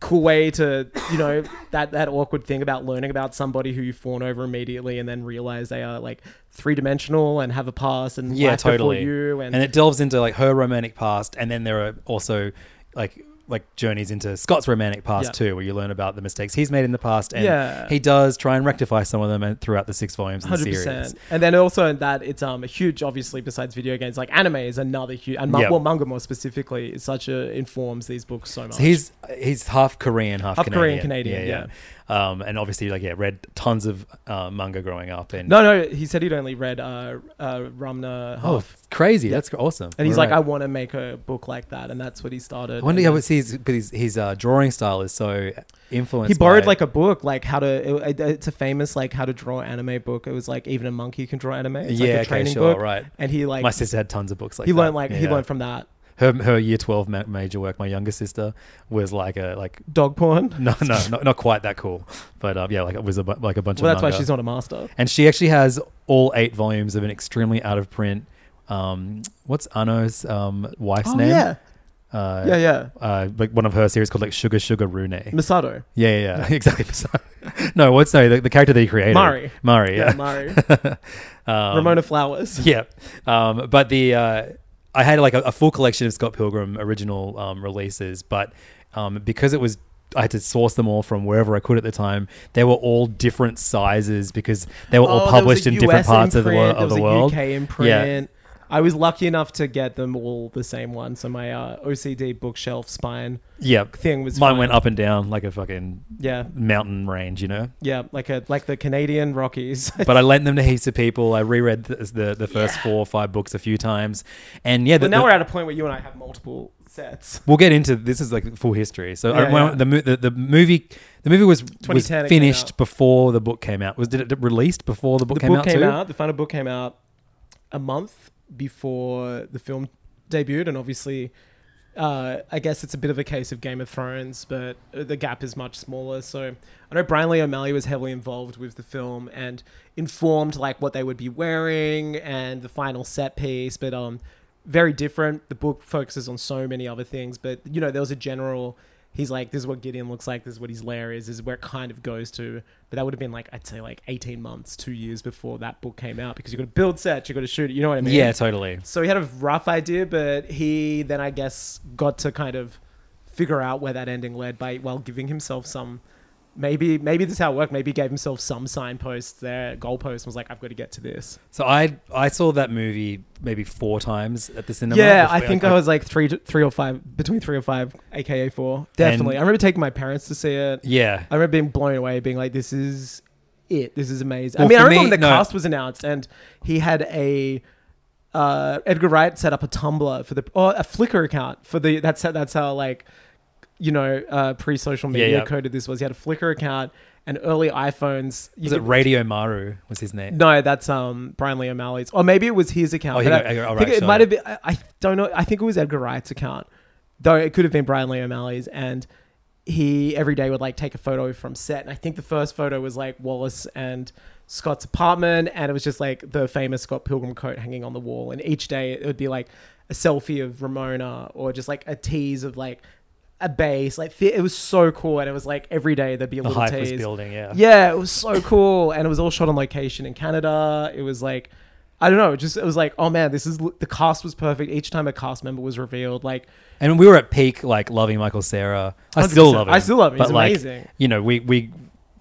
cool way to you know [coughs] that that awkward thing about learning about somebody who you fawn over immediately and then realize they are like three-dimensional and have a past and yeah, life before totally. you and, it delves into like her romantic past, and then there are also like like journeys into Scott's romantic past Yeah. too, where you learn about the mistakes he's made in the past, and Yeah. he does try and rectify some of them and- throughout the six volumes of the Hundred series. percent, and then also in that it's um a huge, obviously besides video games, like anime is another huge, and ma- Yeah. well manga more specifically, is such a informs these books so much. So he's he's half Korean, half, Half Canadian. Korean, Canadian, Um, and obviously, like yeah, read tons of uh, manga growing up, and no, no, he said he'd only read uh, uh Ramna oh, Half, it's crazy, that's awesome. and he's Right. like, I want to make a book like that, and that's what he started. I wonder And how it's his, but his, his uh, drawing style is so influenced. he borrowed by- like a book, like how to. It, it- it's a famous like how to draw anime book. It was like even a monkey can draw anime. It's yeah, like a okay, training sure, book, right. And he like my sister had tons of books like he that. learned like he Yeah. learned from that her her year twelve ma- major work. My younger sister was like a like [laughs] dog porn. no no not, not quite that cool, but um, yeah like it was a bu- like a bunch Well, of that's why manga. she's not a master. and she actually has all eight volumes of an extremely out of print. Um, what's Ano's um, wife's Oh name? yeah, Uh, yeah, yeah. Uh, like one of her series called like Sugar Sugar Rune. Yeah, Misato. yeah, yeah. [laughs] exactly. no, what's no the, the character that he created? Mari. Mari. Yeah, Yeah. [laughs] Mari. Um, Ramona Flowers. Yeah. Um, but the uh, I had like a, a full collection of Scott Pilgrim original um, releases, but um, because it was I had to source them all from wherever I could at the time. They were all different sizes because they Oh, were all published in different parts of the, wor- of the world. UK imprint. I was lucky enough to get them all the same one. So my uh, OCD bookshelf spine Yeah, yeah. thing was Mine fine. went up and down like a fucking Yeah, mountain range, you know. yeah, like a like the Canadian Rockies. [laughs] But I lent them to heaps of people. I reread the the, the first four or five books a few times, and yeah, the, but now the- we're at a point where you and I have multiple sets. we'll get into this is like full history. So I, Yeah, when yeah. the, mo- the the movie the movie was, was 2010 it came finished out. before the book came out. Was did it released before the book The came book out came too? out. The final book came out a month before the film debuted, and obviously. Uh, I guess it's a bit of a case of Game of Thrones, but the gap is much smaller. So I know Brian Lee O'Malley was heavily involved with the film and informed like what they would be wearing and the final set piece, but um, very different. The book focuses on so many other things, but you know there was a general. He's like, this is what Gideon looks like. This is what his lair is. This is where it kind of goes to. But that would have been like I'd say like eighteen months, two years before that book came out because you got to build sets, you got to shoot it. You know what I mean? Yeah, totally. So he had a rough idea, but he then I guess got to kind of figure out where that ending led by while giving himself some maybe maybe this is how it worked. Maybe he gave himself some signposts there, goalposts and was like, I've got to get to this. So I I saw that movie maybe four times at the cinema. yeah, Before- I think I was like three three or five between three or five, aka four. Definitely. I remember taking my parents to see it. Yeah, I remember being blown away, being like, "This is it. This is amazing." I Well, mean, I for remember me- when the no. cast was announced, and he had a uh, Edgar Wright set up a Tumblr for the or a Flickr account for the. That's how, that's how like you know uh, pre social media yeah. coded this was. He had a Flickr account and early iPhones. You was it could- Radio Maru was his name? no, that's um Brian Lee O'Malley's, or maybe it was his account. Oh, but he- I, Edgar- all think right, it so- might have been. I, I don't know. I think it was Edgar Wright's account, though. It could have been Brian Lee O'Malley's, and he every day would like take a photo from set. And I think the first photo was like Wallace and Scott's apartment, and it was just like the famous Scott Pilgrim coat hanging on the wall. And each day it would be like a selfie of Ramona, or just like a tease of like. A base, like thi- it was so cool, and it was like every day there'd be a The little hype tease. was building. Yeah. [laughs] Yeah, it was so cool, and it was all shot on location in Canada. It was like, I don't know, just it was like, oh man, this is the cast was perfect. Each time a cast member was revealed, like And we were at peak, like loving Michael Sarah. I still 100%. love him. I still love him. But, He's like, amazing. You know, we we.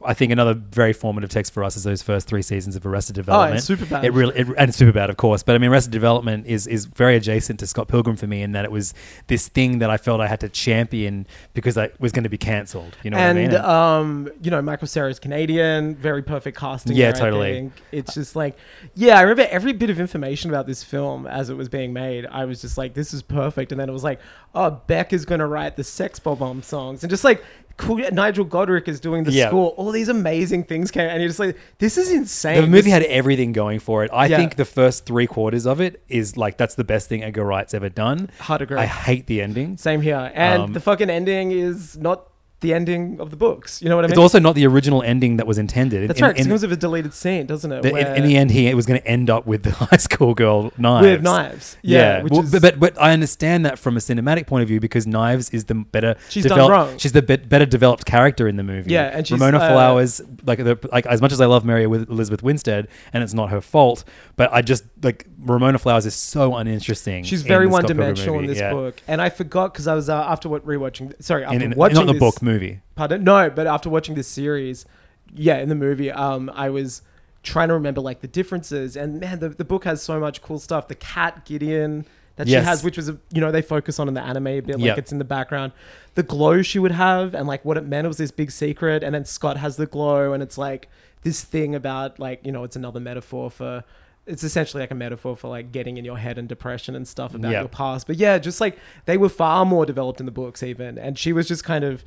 I think another very formative text for us is those first three seasons of Arrested Development. Oh, Superbad. It really it, and Superbad, of course. But I mean, Arrested Development is is very adjacent to Scott Pilgrim for me in that it was this thing that I felt I had to champion because I was going to be cancelled. You know what I and mean? um, you know, Michael Sarah's Canadian, very perfect casting. Yeah, there, I totally. think. It's just like, yeah, I remember every bit of information about this film as it was being made. I was just like, this is perfect. And then it was like, oh, Beck is going to write the Sex Bomb songs, and just like. Cool. Nigel Godric is doing the Yeah. score. All these amazing things came, and you're just like, "This is insane." the movie This- had everything going for it. I Yeah. think the first three quarters of it is like that's the best thing Edgar Wright's ever done. Hard agree. I hate the ending. Same here. And Um, the fucking ending is not the ending of the books. You know what I mean? It's also not the original ending that was intended. That's In- right. 'cause in- it comes with a deleted scene, doesn't it? the- in, where- in the end, he was going to end up with the [laughs] high school girl knives. with knives. Yeah. Yeah, which well, is- but, but but I understand that from a cinematic point of view because Knives is the better She's done wrong. She's the bet better developed character in the movie. Yeah, and she's, Ramona uh, Flowers, like the, like as much as I love Mary with Elizabeth Winstead, and it's not her fault, but I just like Ramona Flowers is so uninteresting. She's in very the Scott one Pilgrim dimensional in movie, this yeah. book, and I forgot because I was uh, after what rewatching. Sorry, after In, in, watching not the this- book movie. Pardon? No, but after watching this series, yeah, in the movie, um, I was trying to remember like the differences, and man, the, the book has so much cool stuff. The cat Gideon that Yes. she has, which was a, you know they focus on in the anime a bit, like Yeah. it's in the background. The glow she would have, and like what it meant was this big secret, and then Scott has the glow, and it's like this thing about like you know it's another metaphor for. It's essentially like a metaphor for like getting in your head and depression and stuff about Yeah. your past. But yeah, just like they were far more developed in the books even, and she was just kind of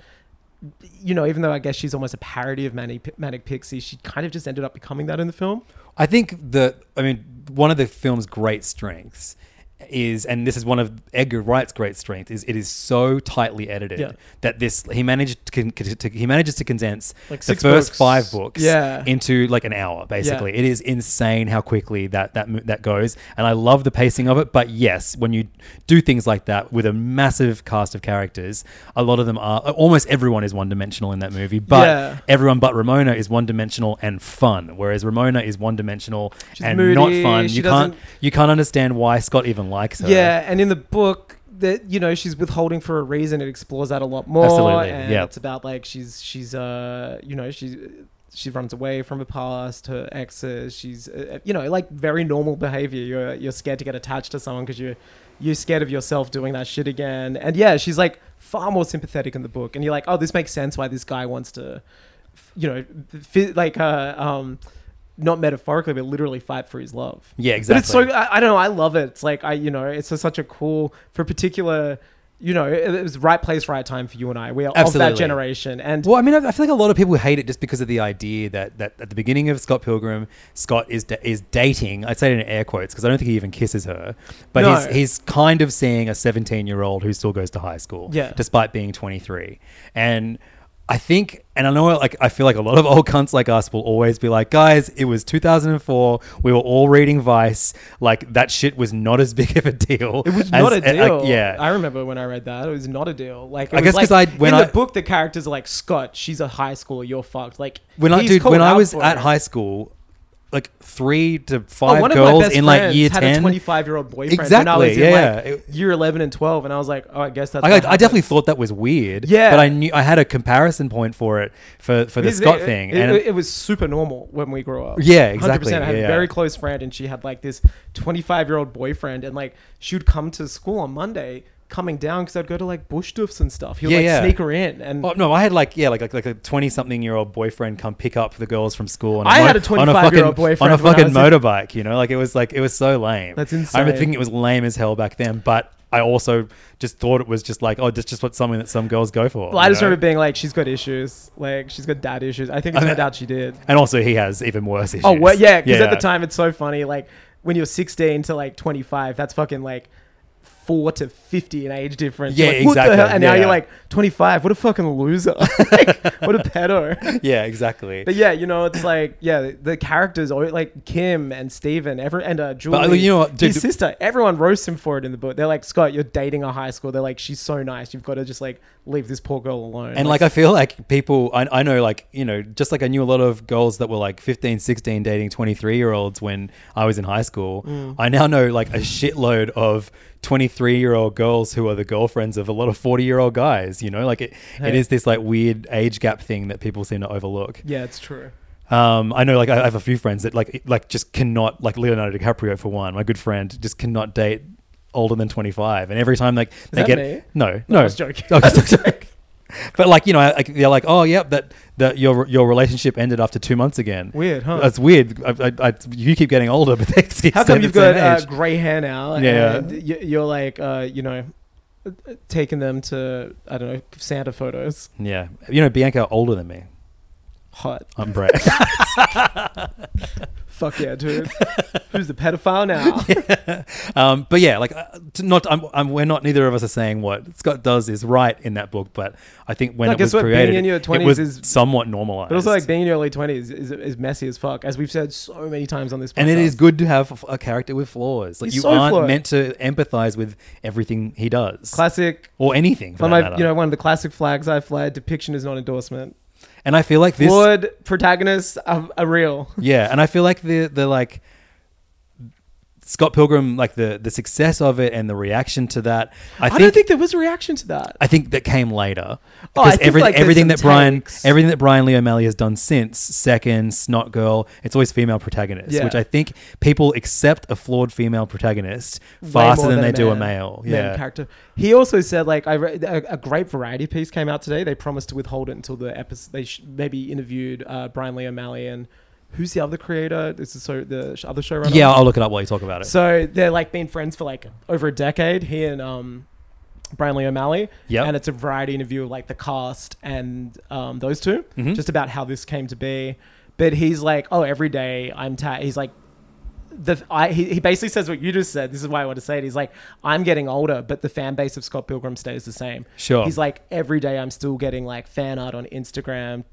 you know, even though I guess she's almost a parody of Manic, Manic Pixie, she kind of just ended up becoming that in the film. I think the I mean one of the film's great strengths is and this is one of Edgar Wright's great strength is it is so tightly edited Yeah. that this he managed to, con- to he manages to condense Like the six first books. 5 books Yeah. into like an hour basically it is insane how quickly that that mo- that goes and I love the pacing of it but yes when you do things like that with a massive cast of characters a lot of them are almost everyone is one dimensional in that movie but Yeah. everyone but Ramona is one dimensional and fun, whereas Ramona is one dimensional She's and moody, not fun. she You can't doesn't- you can't understand why Scott even likes her. Yeah, and in the book that you know she's withholding for a reason, it explores that a lot more. Absolutely, and yeah. it's about like she's she's uh you know she's she runs away from her past, her exes. She's uh, you know like very normal behavior. You're you're scared to get attached to someone because you you're scared of yourself doing that shit again. And yeah, she's like far more sympathetic in the book, and you're like, oh, this makes sense why this guy wants to, you know, fi- like uh um. Not metaphorically, but literally fight for his love. Yeah, But it's so exactly. I, I don't know. I love it. It's like I, you know, it's a, such a cool for a particular. You know, it, it was right place, right time for you and I. We are of Absolutely. that generation, and Well, I mean, I, I feel like a lot of people hate it just because of the idea that, that at the beginning of Scott Pilgrim, Scott is da- is dating. I'd say it in air quotes because I don't think he even kisses her, but No. he's he's kind of seeing a seventeen year old who still goes to high school, Yeah. despite being twenty three. And I think, and I know, like I feel like a lot of old cunts like us will always be like, guys, it was two thousand and four. We were all reading Vice. Like that shit was not as big of a deal. it was as- not a uh, deal. like, yeah, I remember when I read that. It was not a deal. Like, I it was guess 'cause like- I- when in I- the book, the characters are like Scott. She's a high schooler. You're fucked. Like when I he's dude, called when I out was for at it. high school, like three to Oh, five one of my girls best in like friends year had a ten. 25 year old boyfriend. when I Exactly, was yeah. in like It- year 11 and 12, and I was like, oh, I guess that's. Like, what I, I [laughs] definitely happens. thought that was weird. Yeah. but I knew I had a comparison point for it for for the It- Scott it- thing, It, and it, was super normal when we grew up. Yeah, exactly, I had yeah. a very close friend, and she had like this 25 year old boyfriend, and like she would come to school on Monday, coming down because I'd go to like bush doofs and stuff. He would Yeah, like yeah. sneak her in, and Oh, no, I had like yeah, like like, like a twenty something year old boyfriend come pick up the girls from school. And I on had a on 25-year-old fucking- boyfriend on a when I fucking was in- motorbike. You know, like it was like it was so lame. That's I remember insane. thinking it was lame as hell back then, but I also just thought it was just like oh, that's just what something that some girls go for. well, I you just know? remember being like, she's got issues, like she's got dad issues. I think it I mean- turned out she did. and also he has even worse issues. Oh, well, yeah, because at Yeah. the time it's so funny. Like when you're 16 to like 25, that's fucking like four to 50 in age difference. You're Yeah, like, what the exactly, hell? And now yeah. you're like 25. What a fucking loser. [laughs] like, what a [laughs] pedo. yeah, exactly. But yeah, you know, it's like yeah, the- the characters are like Kim and Steven, every and uh, Julie, you know what, dude- his sister. Everyone roasts him for it in the book. They're like, Scott, you're dating a high school. They're like, she's so nice. You've got to just like leave this poor girl alone. And like, I feel like people, I, I know, like, you know, just like I knew a lot of girls that were like 15, 16 dating 23 year olds when I was in high school. Mm. I now know like a shitload of 23 year old girls who are the girlfriends of a lot of 40 year old guys, you know, like it, it Hey. is this like weird age gap thing that people seem to overlook. yeah, it's true. Um, I know, like, I I have a few friends that like, like just cannot, like Leonardo DiCaprio for one, my good friend, just cannot date older than twenty five. And every time, like, they that get me? no, no, I was joking. [laughs] Oh, but like, you know, like they're like, oh, yep, that that your your relationship ended after two months again. Weird, huh? That's weird. I, I, I, you keep getting older, but they keep How staying come the you've got same uh, age. gray hair now? Yeah. and y- you're like, uh, you know, taking them to I don't know Santa photos. yeah, [laughs] you know, Bianca older than me. Hot I'm Brett. Fuck [laughs] yeah, dude. Who's the pedophile now? Um, but yeah, like uh, to not, I'm, I'm, we're not. Neither of us are saying what Scott does is right in that book, but I think when No, it guess was what? Being created, in your it 20s was is- somewhat normalized. But also, like being in your early twenties is, is messy as fuck, as we've said so many times on this. Podcast. and it is good to have a character with flaws. Like He's you so aren't flawed. meant to empathize with everything he does, classic. or anything. For One that of my, matter. you know, one of the classic flags I flagged. Depiction is not endorsement. and I feel like this. Lord protagonists are, are real. Yeah, and I feel like the the like Scott Pilgrim, like the the success of it and the reaction to that. I, I don't think there was a reaction to that. I think that came later Oh, I because think, every, like, there's everything some that Brian takes. everything that Brian Lee O'Malley has done since Second Snot Girl, it's always female protagonists, Yeah. which I think people accept a flawed female protagonist way faster more than, they a do a man- male. man Yeah, character. He also said like I read a, a great variety piece came out today. They promised to withhold it until the episode. They sh- maybe interviewed uh, Brian Lee O'Malley and who's the other creator? This is so the sh- other showrunner. yeah. I'll look it up while you talk about it. So they're like been friends for like over a decade. He and um, Brian Lee O'Malley. Yep. And it's a variety interview of like the cast and um, those 2 Mm-hmm. just about how this came to be. But he's like, oh, every day I'm ta-. He's like, the I, he, he basically says what you just said. This is why I want to say it. He's like, I'm getting older, but the fan base of Scott Pilgrim stays the same. Sure. He's like, every day I'm still getting like fan art on Instagram,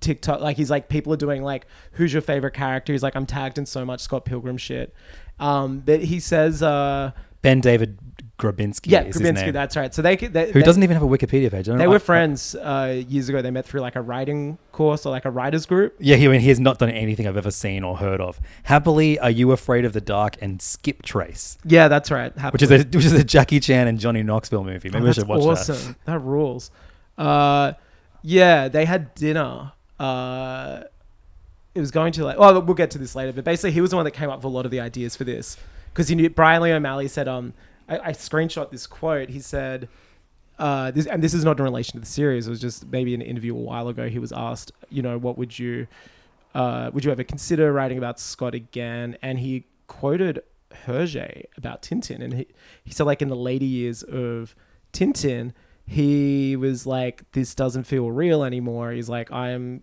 TikTok. Like he's like, people are doing like, who's your favorite character? He's like, I'm tagged in so much Scott Pilgrim shit. Um, but he says, uh, ben David Grabinski, yeah, is his Krasinski, name, that's right. So they, could- they who they, doesn't even have a Wikipedia page. I don't They know- I- were friends uh, years ago. They met through like a writing course or like a writers group. Yeah, he, I mean, he has not done anything I've ever seen or heard of. Happily, Are You Afraid of the Dark and Skip Trace, Yeah, that's right. which is a, which is a Jackie Chan and Johnny Knoxville movie. Maybe I should watch that. Oh, awesome. That rules. Uh, yeah, they had dinner. Uh, it was going to like. Well, we'll get to this later. But basically, he was the one that came up with a lot of the ideas for this because he knew Brian Lee O'Malley said. Um, I, I screenshot this quote. He said. Uh, this, and this is not in relation to the series. It was just maybe in an interview a while ago. He was asked, you know, what would you, uh, would you ever consider writing about Scott again? And he quoted Hergé about Tintin, and he he said like in the later years of Tintin, he was like, this doesn't feel real anymore. He's like, I'm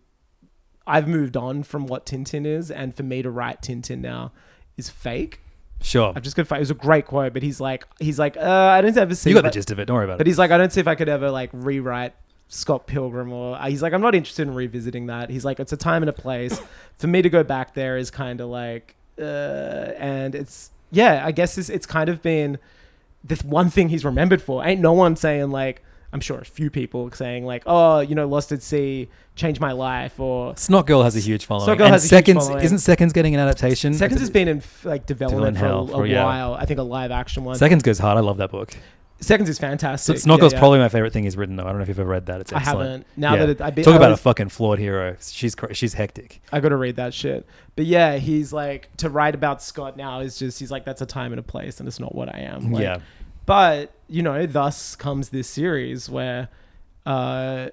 I've moved on from what Tintin is, and for me to write Tintin now is fake. Sure. I'm just gonna fight. It was a great quote, but he's like, he's like, uh, I don't ever see. You got the if I- gist of it. Don't worry about But it. he's like, I don't see if I could ever like rewrite Scott Pilgrim, or uh, he's like, I'm not interested in revisiting that. He's like, it's a time and a place. for me to go back there is kind of like, uh, and it's yeah, I guess it's, it's kind of been this one thing he's remembered for. Ain't no one saying like. I'm sure a few people saying like, "Oh, you know, Lost at Sea changed my life," or Snot Girl has a huge following. Girl and has a huge Seconds following. isn't Seconds getting an adaptation? Seconds has been in like Dylan development for a, Hell for- a yeah. while. I think a live action one. Seconds goes hard. I love that book. Seconds is fantastic. Snot Yeah, Girl's yeah. probably my favorite thing he's written though. I don't know if you've ever read that. It's I excellent. haven't. Now that it- I be- talk I about always- a fucking flawed hero. She's cra- she's hectic. I got to read that shit. But yeah, he's like to write about Scott now is just he's like that's a time and a place, and it's not what I am. Like, Yeah. But you know, thus comes this series where uh,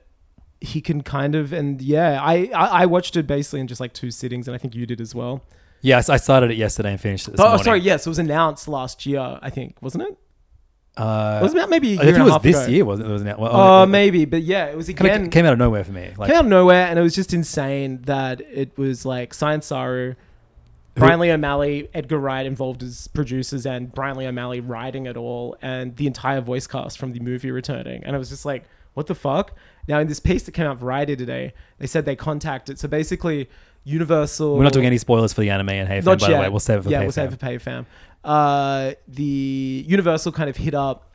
he can kind of and yeah, I, I I watched it basically in just like two sittings, and I think you did as well. Yes, I started it yesterday and finished it. This But, oh, morning. sorry, yes, it was announced last year, I think, wasn't it? Uh, Wasn't that maybe a year I think and it a was half this ago? year, wasn't it? It was an- well, Oh, it- it maybe, but yeah, it was kinda again. came out of nowhere for me. Like, came out of nowhere, and it was just insane that it was like Science Saru, Brian Lee O'Malley, Edgar Wright involved as producers, and Brian Lee O'Malley writing it all, and the entire voice cast from the movie returning. And I was just like, what the fuck? Now, in this piece that came out Variety today, they said they contacted. So basically, Universal. We're not doing any spoilers for the anime and Hey Fam, by the way. We'll save it for yeah, Hey we'll save Fam. it for pay fam. Uh, the Universal kind of hit up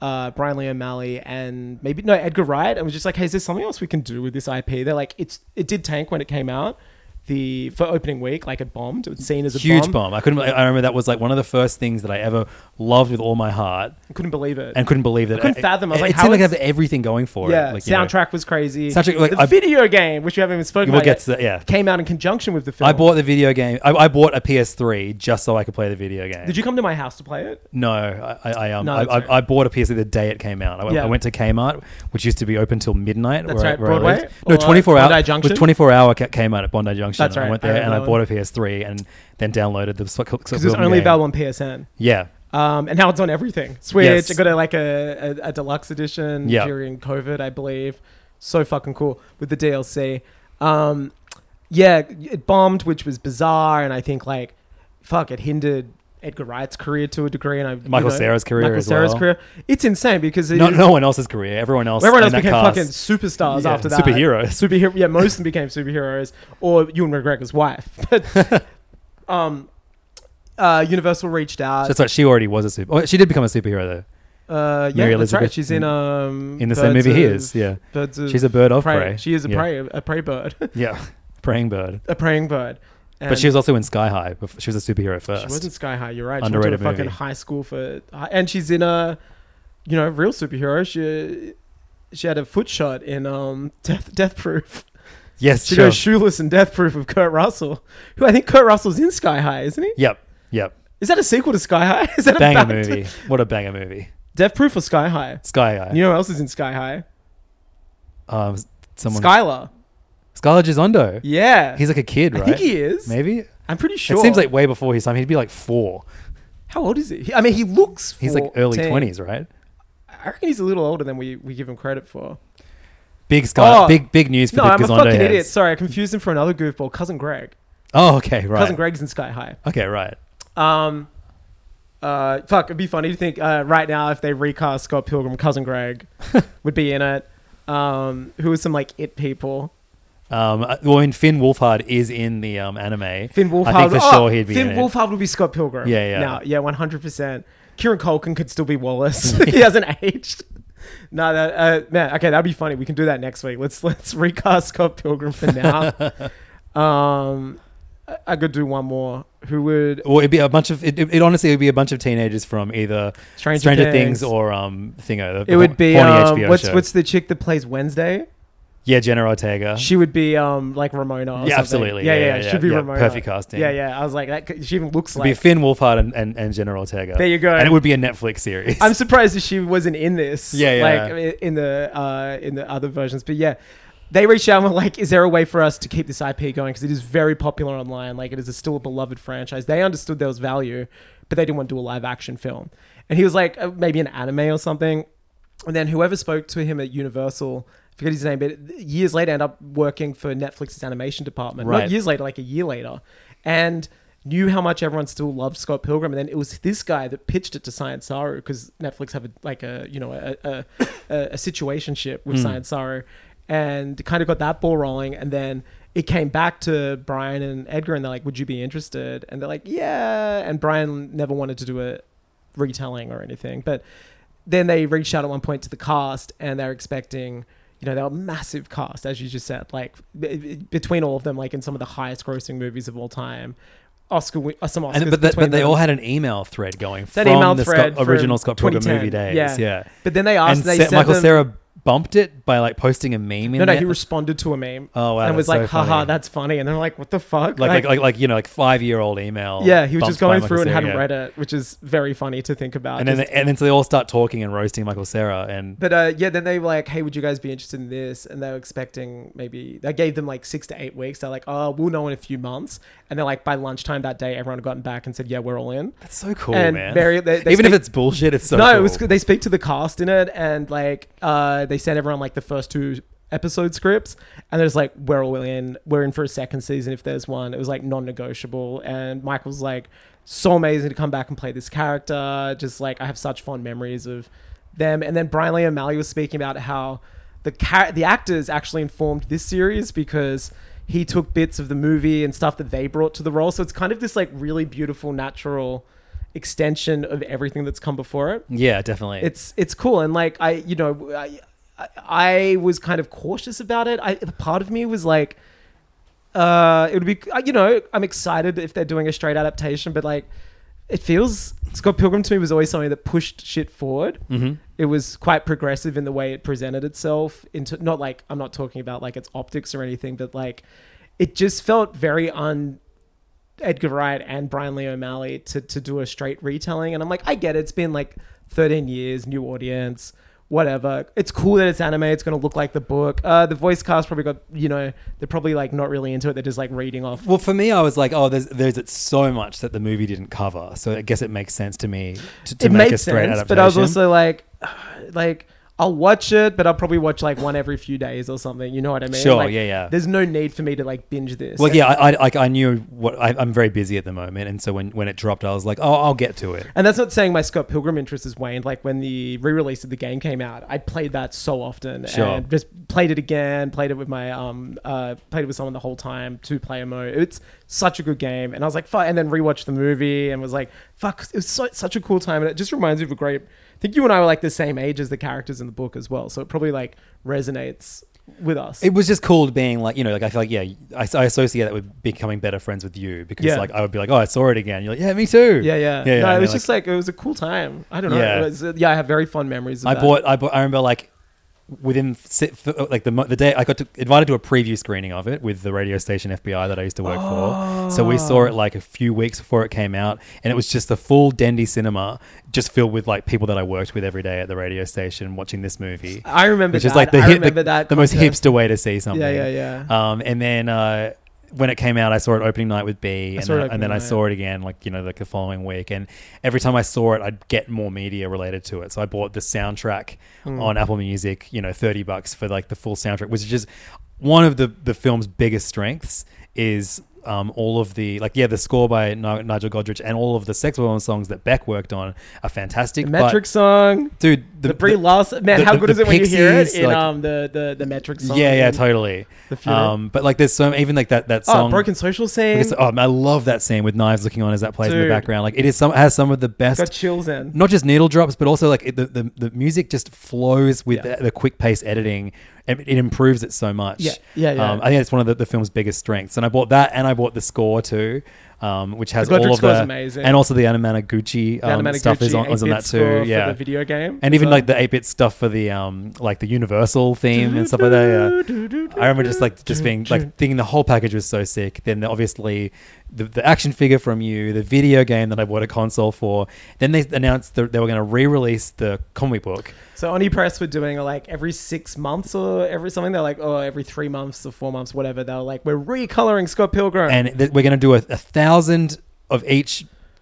uh, Brian Lee O'Malley and maybe no Edgar Wright, and was just like, "Hey, is there something else we can do with this IP?" They're like, "It's it did tank when it came out." The for opening week, like it bombed. It was seen as a Huge bomb. bomb. I couldn't. I remember that was like one of the first things that I ever loved with all my heart, I couldn't believe it. and couldn't believe that. I couldn't fathom. I was it, like, it how seemed like I is- have everything going for yeah, it. Like, you know, soundtrack was crazy. Soundtrack, like, the I- video game, which you haven't even spoken We'll about, get yet, to that, yeah. came out in conjunction with the film. I bought the video game. I, I bought a PS3 just so I could play the video game. Did you come to my house to play it? No, I, I, I um, No, I, that's right. I, I bought a PS3 the day it came out. I, went- Yeah. I went to Kmart, which used to be open till midnight. That's where I- right, where I Broadway lived. No, or twenty four hour. Bondi Junction. Junction? Was twenty four hour ca- Kmart at Bondi Junction. That's I right, went I there and I remember bought a that PS3 and then downloaded the Scott Pilgrim Because it's only game. available on PSN. Yeah, Um, and now it's on everything. Switch. Yes. I got a, like a, a, a deluxe edition Yeah. during COVID, I believe. So fucking cool with the DLC. Um, yeah, it bombed, which was bizarre, and I think like, fuck, it hindered Edgar Wright's career to a degree, and I, you Michael Cera's career Michael as Cera's well. career. It's insane because it No, is- no one else's career. Everyone else. Everyone else in that became cast. fucking superstars Yeah, after that. superheroes. Superhero. Yeah, most of them became superheroes, or Ewan McGregor's wife. [laughs] But [laughs] um, uh, Universal reached out. That's right. She already was a super. Oh, she did become a superhero though. uh, yeah, Mary that's right. Elizabeth She's in um in the same movie he Birds is, of- yeah. Birds of She's a bird of prey. She is a Yeah. prey, a prey bird, [laughs] Yeah, [laughs] praying bird. a preying bird. But she was also in Sky High. bef- She was a superhero She first. wasn't Sky High. You're right. Underrated she went to a fucking movie. high school for, and she's in a, you know, real superhero. She, she had a foot shot in um Death Death Proof. Yes, She sure. goes shoeless in Death Proof of Kurt Russell, who I think Kurt Russell's in Sky High, isn't he? yep, [laughs] yep. Is that a sequel to Sky High? [laughs] Is that Banger a fact? movie. What a banger movie. Death Proof or Sky High? Sky High. You know who else is in Sky High? um, someone. Skylar. Skylar Gisondo. Yeah, He's like a kid, right? I think he is. Maybe. I'm pretty sure. It seems like way before his time. He'd be like four. how old is he? He- I mean, he looks. He's like early 14. twenties, right? I reckon he's a little older than we, we give him credit for. Big Sky. Oh. big big news for No, the I'm a Gisondo fucking heads. idiot. Sorry, I confused him for another goofball, cousin Greg. Oh, okay, right. Cousin Greg's in Sky High. Okay, right. Um, uh, fuck, it'd be funny to think uh, right now if they recast Scott Pilgrim, cousin [laughs] Greg would be in it. Um, who was some like it people? Um, uh, well, I mean, Finn Wolfhard is in the um, anime. Finn Wolfhard. I think for oh, sure he'd be Finn in it. Wolfhard would be Scott Pilgrim. Yeah, yeah. Now, yeah, one hundred percent. Kieran Culkin could still [laughs] be Wallace. he hasn't aged. No, that uh, man. Okay, that'd be funny. We can do that next week. Let's let's recast Scott Pilgrim for [laughs] now. um, I- I could do one more. Who would? Well, it'd be a bunch of. It, it, it honestly would be a bunch of teenagers from either Stranger Stranger, Things. Things. or um Thingo. The, It would be um, HBO what's show. what's the chick that plays Wednesday? yeah, Jenna Ortega. She would be um like Ramona. Or something. absolutely. Yeah, Yeah, yeah, yeah, She'd be yeah. Ramona. Perfect casting. Yeah, yeah. I was like, that could, she even looks It'd be like. Finn Wolfhard and, and, and Jenna Ortega. There you go. And it would be a Netflix series. [laughs] I'm surprised that she wasn't in this. Yeah, yeah. Like i- in the uh in the other versions, but yeah. They reached out and were like, "Is there a way for us to keep this IP going? Because it is very popular online. Like, it is a still a beloved franchise. They understood there was value, but they didn't want to do a live action film." And he was like, uh, "Maybe an anime or something." And then whoever spoke to him at Universal, I forget his name, but years later ended up working for Netflix's animation department. Not Right. years later, like a year later. And knew how much everyone still loved Scott Pilgrim. And then it was this guy that pitched it to Science Saru because Netflix have a, like a, you know, a, a, a, a situation ship with Science Saru and kind of got that ball rolling. And then it came back to Brian and Edgar and they're like, would you be interested? And they're like, yeah. And Brian never wanted to do a retelling or anything. But then they reached out at one point to the cast and they're expecting, you know, they were a massive cast, as you just said, like b- b- between all of them, like in some of the highest grossing movies of all time. Oscar, win- uh, some Oscars. and, but, that, between but they them. all had an email thread going that from email the thread. Scott, from original Scott Pilgrim 2010. movie days. Yeah. But then they And asked, they Sa- sent Michael them- Sarah bumped it by like posting a meme in No, no, there. he responded to a meme. Oh, wow, And was that's so like, haha, funny. that's funny. And they're like, what the fuck? like, like, like, like, you know, like five year old email. yeah, he was bumped just by going Michael through and had Cera. Reddit, which is very funny to think about. And then, just- and then so they all start talking and roasting Michael Sarah. And But uh, yeah, then they were like, "Hey, would you guys be interested in this?" And they were expecting maybe they gave them like six to eight weeks. They're like, "Oh, we'll know in a few months." And they're like, by lunchtime that day, everyone had gotten back and said, "Yeah, we're all in." it's so cool, and man. very- they- they Even if speak- it's bullshit, it's so no, cool. it was good. They speak to the cast in it, and like uh, they sent everyone like the first two episode scripts, and there's like we're all in, we're in for a second season if there's one. It was like non-negotiable, and Michael's like so amazing to come back and play this character. Just like I have such fond memories of them, and then Brian Lee O'Malley was speaking about how the char- the actors actually informed this series because. He took bits of the movie and stuff that they brought to the role, so it's kind of this like really beautiful, natural extension of everything that's come before it. Yeah, definitely. It's it's cool, and like I, you know, I, I, I was kind of cautious about it. I part of me was like, uh, it would be, you know, I'm excited if they're doing a straight adaptation, but like, it feels Scott Pilgrim to me was always something that pushed shit forward. Mm-hmm. It was quite progressive in the way it presented itself. Into not like I'm not talking about like its optics or anything, but like, it just felt very un Edgar Wright and Brian Lee O'Malley to, to do a straight retelling. And I'm like, I get it. It's been like 13 years, new audience, whatever. It's cool that it's anime. It's going to look like the book. Uh, the voice cast probably got, you know, they're probably like not really into it. They're just like reading off. Well, for me, I was like, oh, there's there's it's so much that the movie didn't cover, so I guess it makes sense to me to, to it make made a straight sense, adaptation. but I was also [sighs] like, like I'll watch it, but I'll probably watch like one every few days or something. You know what I mean? Sure, Like, yeah, yeah. There's no need for me to like binge this. Well, yeah, I, I like I knew what I, I'm very busy at the moment, and so when, when it dropped, I was like, oh, I'll get to it. And that's not saying my Scott Pilgrim interest has waned. Like when the re-release of the game came out, I played that so often Sure. and just played it again. Played it with my um, uh, played it with someone the whole time, two player mode. It's such a good game, and I was like, fuck. And then rewatched the movie and was like, fuck, it was so, such a cool time. And it just reminds me of a great. I think you and I were like the same age as the characters in the book as well, so it probably like resonates with us. It was just cool being like, you know, like I feel like, yeah, I, I associate that with becoming better friends with you because Yeah. like I would be like, oh, I saw it again. You're like, yeah, me too. yeah, yeah, yeah. No, and it was then, just like it was a cool time. I don't know. Yeah. It was, uh, yeah, I have very fond memories. Of I that. bought, I bought, I remember like within si- f- like the mo- the day I got to, invited to a preview screening of it with the radio station FBI that I used to work for. So we saw it like a few weeks before it came out, and it was just the full Dendy cinema, just filled with like people that I worked with every day at the radio station watching this movie. I remember which is that. like the I hip- remember the, that the most contest. hipster way to see something. Yeah, yeah, Um, and then. Uh, when it came out, I saw it opening night with B, and saw it then, opening and then I night. saw it again, like you know, like the following week. And every time I saw it, I'd get more media related to it. So I bought the soundtrack Hmm. on Apple Music, you know, thirty bucks for like the full soundtrack, which is just one of the the film's biggest strengths is. Um, all of the like, yeah, the score by Ni- Nigel Godrich and all of the sex bomb songs that Beck worked on are fantastic. The but- metric song, dude, the, Brie Larson. Man, the- how the- good the is it when you hear it Pixies, in like- um the, the the metric song? Yeah, yeah, and- totally. The funeral. Um, but like, there's so even like that that Oh, song. broken social scene. Broken So- oh, I love that scene with knives looking on as that plays in the Dude. background. Like, it is some has some of the best. Got chills in. Not just needle drops, but also like it, the, the the music just flows with Yeah. the, the quick pace editing. and It improves it so much. Yeah, yeah, yeah. Um, I think it's one of the, the film's biggest strengths. And I bought that, and I bought the score too, um, which has The Godric all of score's the amazing. and also the Animanaguchi, um, Animatic stuff is Gucci, on, is on 8-bit that score too. for Yeah, the video game. and even like the 8-bit stuff for the um like the universal theme and stuff like that yeah. i remember just like just being like thinking the whole package was so sick then the- obviously the, the action figure from you the video game that i bought a console for then they announced that they were going to re-release the comic book So Oni Press were doing like every six months or every something. They're like, oh, every three months or four months, whatever. They're like, we're recoloring Scott Pilgrim. and th- we're going to do a, a thousand of each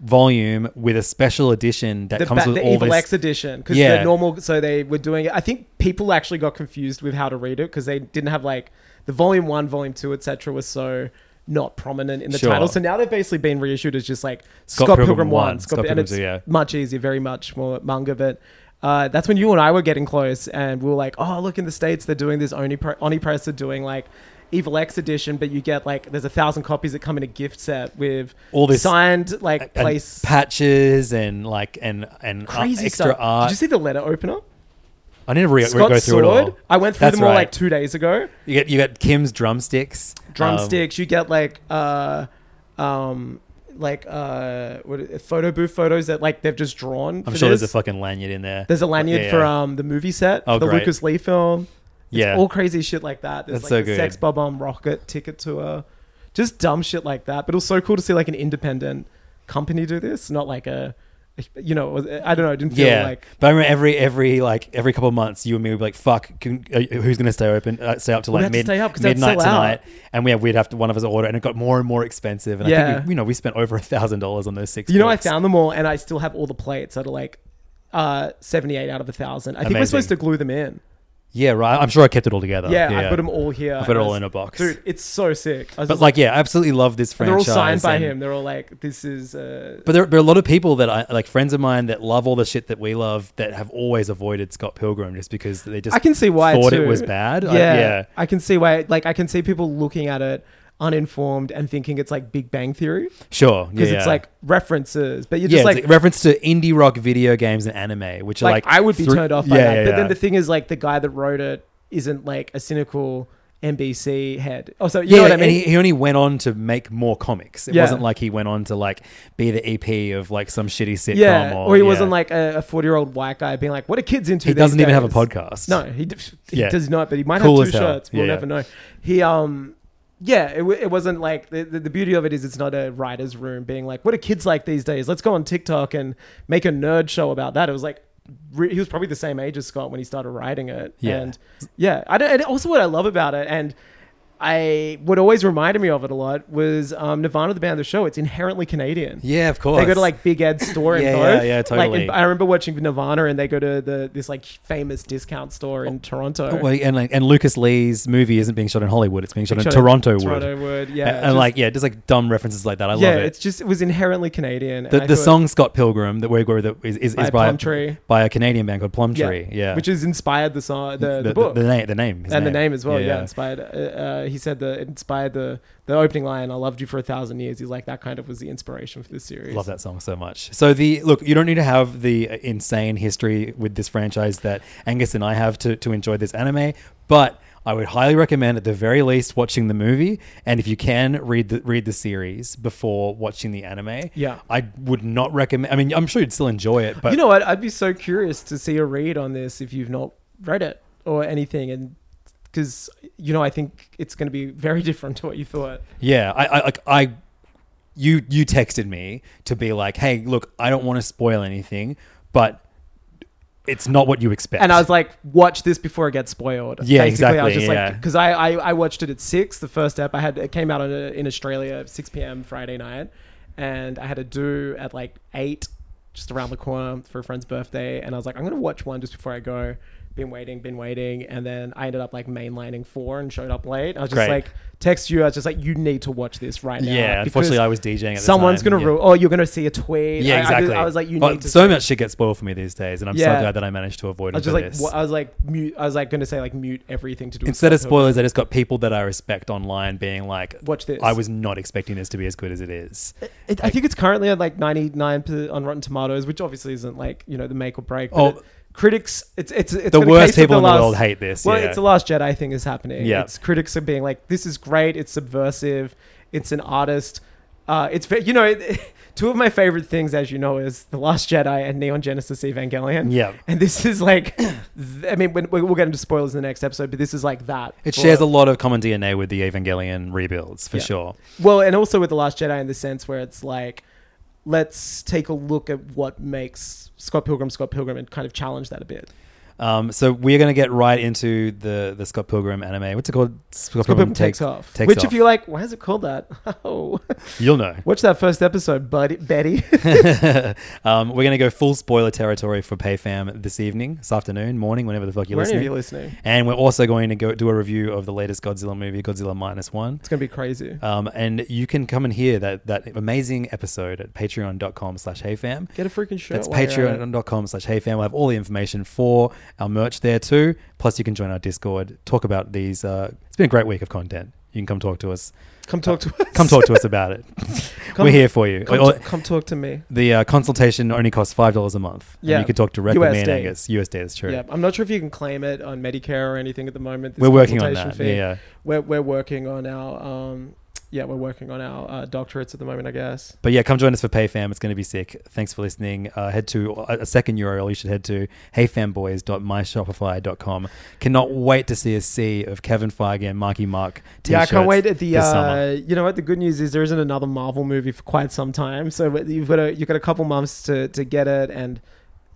volume with a special edition that the, comes ba- with the all Evil this X edition because Yeah. the normal. So they were doing it. I think people actually got confused with how to read it because they didn't have like the volume one, volume two, etc. Was so not prominent in the Sure. title. So now they've basically been reissued as just like Scott, Pilgrim Pilgrim, one, one, Scott Scott, and Pilgrim it's two, yeah. much easier, very much more manga, but. Uh, that's when you and I were getting close, and we were like, "Oh, look in the states, they're doing this. Oni Pre- Oni Press are doing like Evil X edition, but you get like there's a thousand copies that come in a gift set with All this- signed like uh, and place patches and like and and uh, crazy extra stuff. art Did you see the letter opener? i need to re- Scott go through Sword. it all I went through That's them all right. like two days ago. You get you get Kim's drumsticks. Drumsticks. Um, you get like, uh, um, like uh, what is it, photo booth photos that like they've just drawn. Um, I'm for sure there's a this. fucking lanyard in there. There's a lanyard Yeah, for yeah. um the movie set, Oh, the great. Lucas Lee film. It's Yeah. all crazy shit like that. There's That's like so the Sex good. Bob on Rocket ticket tour, just dumb shit like that. But it was so cool to see like an independent company do this, not like a, you know, it was- I don't know. It didn't feel yeah, like but I remember every every like every couple of months, you and me would be like, "Fuck, can, uh, who's gonna stay open? Uh, stay up till We'd like have to mid, stay up 'cause they'd midnight sell out. tonight?" And we we'd have to one of us order, and it got more and more expensive. And I Yeah. think we, you know we spent over a thousand dollars on those six. You know, I books. found them all, and I still have all the plates that are like uh, 78 out of a thousand. I think we're Amazing. Oh, supposed to glue them in. Yeah, right. I'm sure I kept it all together. Yeah, I've got them all here. I've got it and I all was- in a box. Dude, it's so sick. I was But just like, yeah, I absolutely love this they're all franchise. signed by and- him. They're all like, this is. Uh, But there, there are a lot of people that I like, friends of mine that love all the shit that we love, that have always avoided Scott Pilgrim just because they just I can see why thought too. it was bad. Yeah, I- yeah. I can see why. Like, I can see people looking at it uninformed and thinking it's like Big Bang Theory Sure, because yeah. it's like references. But you're yeah, just it's like, like, reference to indie rock video games and anime, which like, are like I would be thr- turned off by Yeah, that. yeah, but yeah. then the thing is, like, the guy that wrote it isn't like a cynical NBC head. Oh, so you yeah, know what I and mean? he, he only went on to make more comics. It Yeah. wasn't like he went on to like be the EP of like some shitty sitcom. yeah, or, or he yeah. wasn't like a forty-year-old white guy being like, "What are kids into?" he these doesn't even have a days?" podcast. No, he, d- he Yeah. does not. But he might Cool have as two hell. shirts. We'll Yeah, yeah. never know. He um. Yeah, it, w- it wasn't like the, the, the beauty of it is it's not a writer's room being like, what are kids like these days? Let's go on TikTok and make a nerd show about that. It was like, re- he was probably the same age as Scott when he started writing it. Yeah. And yeah, I don't, and also what I love about it, and I what always reminded me of it a lot was um, Nirvana, the band, the show. It's inherently Canadian. Yeah, of course. They go to like Big Ed's store in Yeah, yeah, Perth. yeah, Like, totally. in- I remember watching Nirvana, and they go to the this like famous discount store Oh, in Toronto. Well, and like, and Lucas Lee's movie isn't being shot in Hollywood; it's being shot in shot in Toronto. Wood. Toronto Wood, yeah, And, and just- like, yeah, just like dumb references like that. I yeah, love it. it's just it was inherently Canadian. and the, I the thought- song "Scott Pilgrim" that we agree that is, is, By is by Plum Tree. by a Canadian band called Plum Tree. Yeah, which has inspired the song, the, the, the, book, the, name, the name, his and the name as well. Yeah, inspired. Uh, uh, he said the it inspired the the opening line. I loved you for a thousand years. He's like that kind of was the inspiration for this series. Love that song so much. So the look, you don't need to have the uh, insane history with this franchise that Angus and I have to to enjoy this anime, but I would highly recommend at the very least watching the movie, and if you can read the read the series before watching the anime. Yeah. I would not recommend. I mean, I'm sure you'd still enjoy it, but you know what? I'd be so curious to see a read on this if you've not read it or anything, and because you know, I think it's going to be very [laughs] different to what you thought. Yeah, I, I like I you you texted me to be like, "Hey, look, I don't want to spoil anything, but it's not what you expect." And I was like, watch this before it gets spoiled. Yeah, I exactly, was just yeah. like, because I, I I watched it at six. The first step I had it came out on a, in Australia six p.m. Friday night, and I had a do at like eight, just around the corner for a friend's birthday, and I was like, I'm gonna watch one just before I go. Been waiting, been waiting, and then I ended up like mainlining four and showed up late. I was just Great. like, text you. I was just like, you need to watch this right now. Yeah, because unfortunately, I was DJing at the someone's time, gonna yeah. rule. Oh, you're gonna see a tweet. I- I yeah, just- exactly. I, was like, you Oh, need to so see- much shit gets spoiled for me these days, and I'm Yeah. so glad that I managed to avoid I it. was just for like, this. wha- I was like, mute, I was like going to say like mute everything to do. with Instead of Scott spoilers, I just got people that I respect online being like, Watch this. I was not expecting this to be as good as it is." Pilgrim. It- I think it's currently at like ninety nine on Rotten Tomatoes, which obviously isn't like you know the make or break. but Oh. it- critics, it's it's it's The been a worst case of people in the last- world hate this, Well, yeah. it's the Last Jedi thing is happening. Yeah. it's critics are being like, this is great. It's subversive. It's an artist. Uh, it's ve- you know. It, [laughs] Two of my favorite things, as you know, is The Last Jedi and Neon Genesis Evangelion. Yeah. and this is like, [coughs] th- I mean, when, we'll get into spoilers in the next episode, but this is like that. It for- shares a lot of common DNA with the Evangelion rebuilds for Yeah. sure. Well, and also with The Last Jedi in the sense where it's like, let's take a look at what makes Scott Pilgrim Scott Pilgrim and kind of challenge that a bit. Um, so we're gonna get right into the the Scott Pilgrim anime. What's it called? Scott, Scott Pilgrim takes, off. Which, if you're like, why is it called that? [laughs] Oh. you'll [laughs] know. [laughs] Watch that first episode, buddy, Betty. Um, we're gonna go full spoiler territory for PayFam this evening, this afternoon, morning, whenever the [laughs] fuck you're Whenever listening. you're listening. And we're also going to go do a review of the latest Godzilla movie, Godzilla minus one. it's going to be crazy. Um, and you can come and hear that that amazing episode at patreon.com slash heyfam. Get a freaking shirt. That's while you're at it. patreon.com slash heyfam. We'll have all the information for our merch there too. Plus you can join our Discord, talk about these uh, it's been a great week of content. You can come talk to us. Come talk to us. Uh, Come talk Oh, to us about it. We're here for you. [laughs] Come, Or- ta- come talk to me. the uh, consultation only costs five dollars a month. Yeah. and you can talk directly to me and USD. Angus. USD is true. Yeah, I'm not sure if you can claim it on Medicare or anything at the moment. this We're working on consultation that. fee. Yeah, yeah. We're, we're working on our, um, yeah, we're working on our uh, doctorates at the moment, I guess. But yeah, come join us for PayFam. It's going to be sick. Thanks for listening. Uh, head to a a second URL you should head to heyfamboys.myshopify.com. Cannot wait to see a sea of Kevin Feige and Marky Mark t-shirts. Yeah, I can't wait at the. this Uh, summer. you know what? The good news is there isn't another Marvel movie for quite some time, so you've got a you've got a couple months to to get it and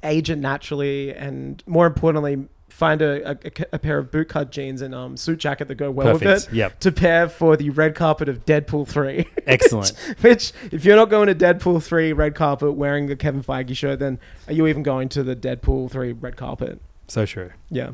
age it naturally, and more importantly, find a, a, a pair of bootcut jeans and um suit jacket that go well with Perfect. it. Yep. To pair for the red carpet of Deadpool three. [laughs] Excellent. Which, if you're not going to Deadpool three red carpet wearing a Kevin Feige shirt, then are you even going to the Deadpool three red carpet? so true. Yeah.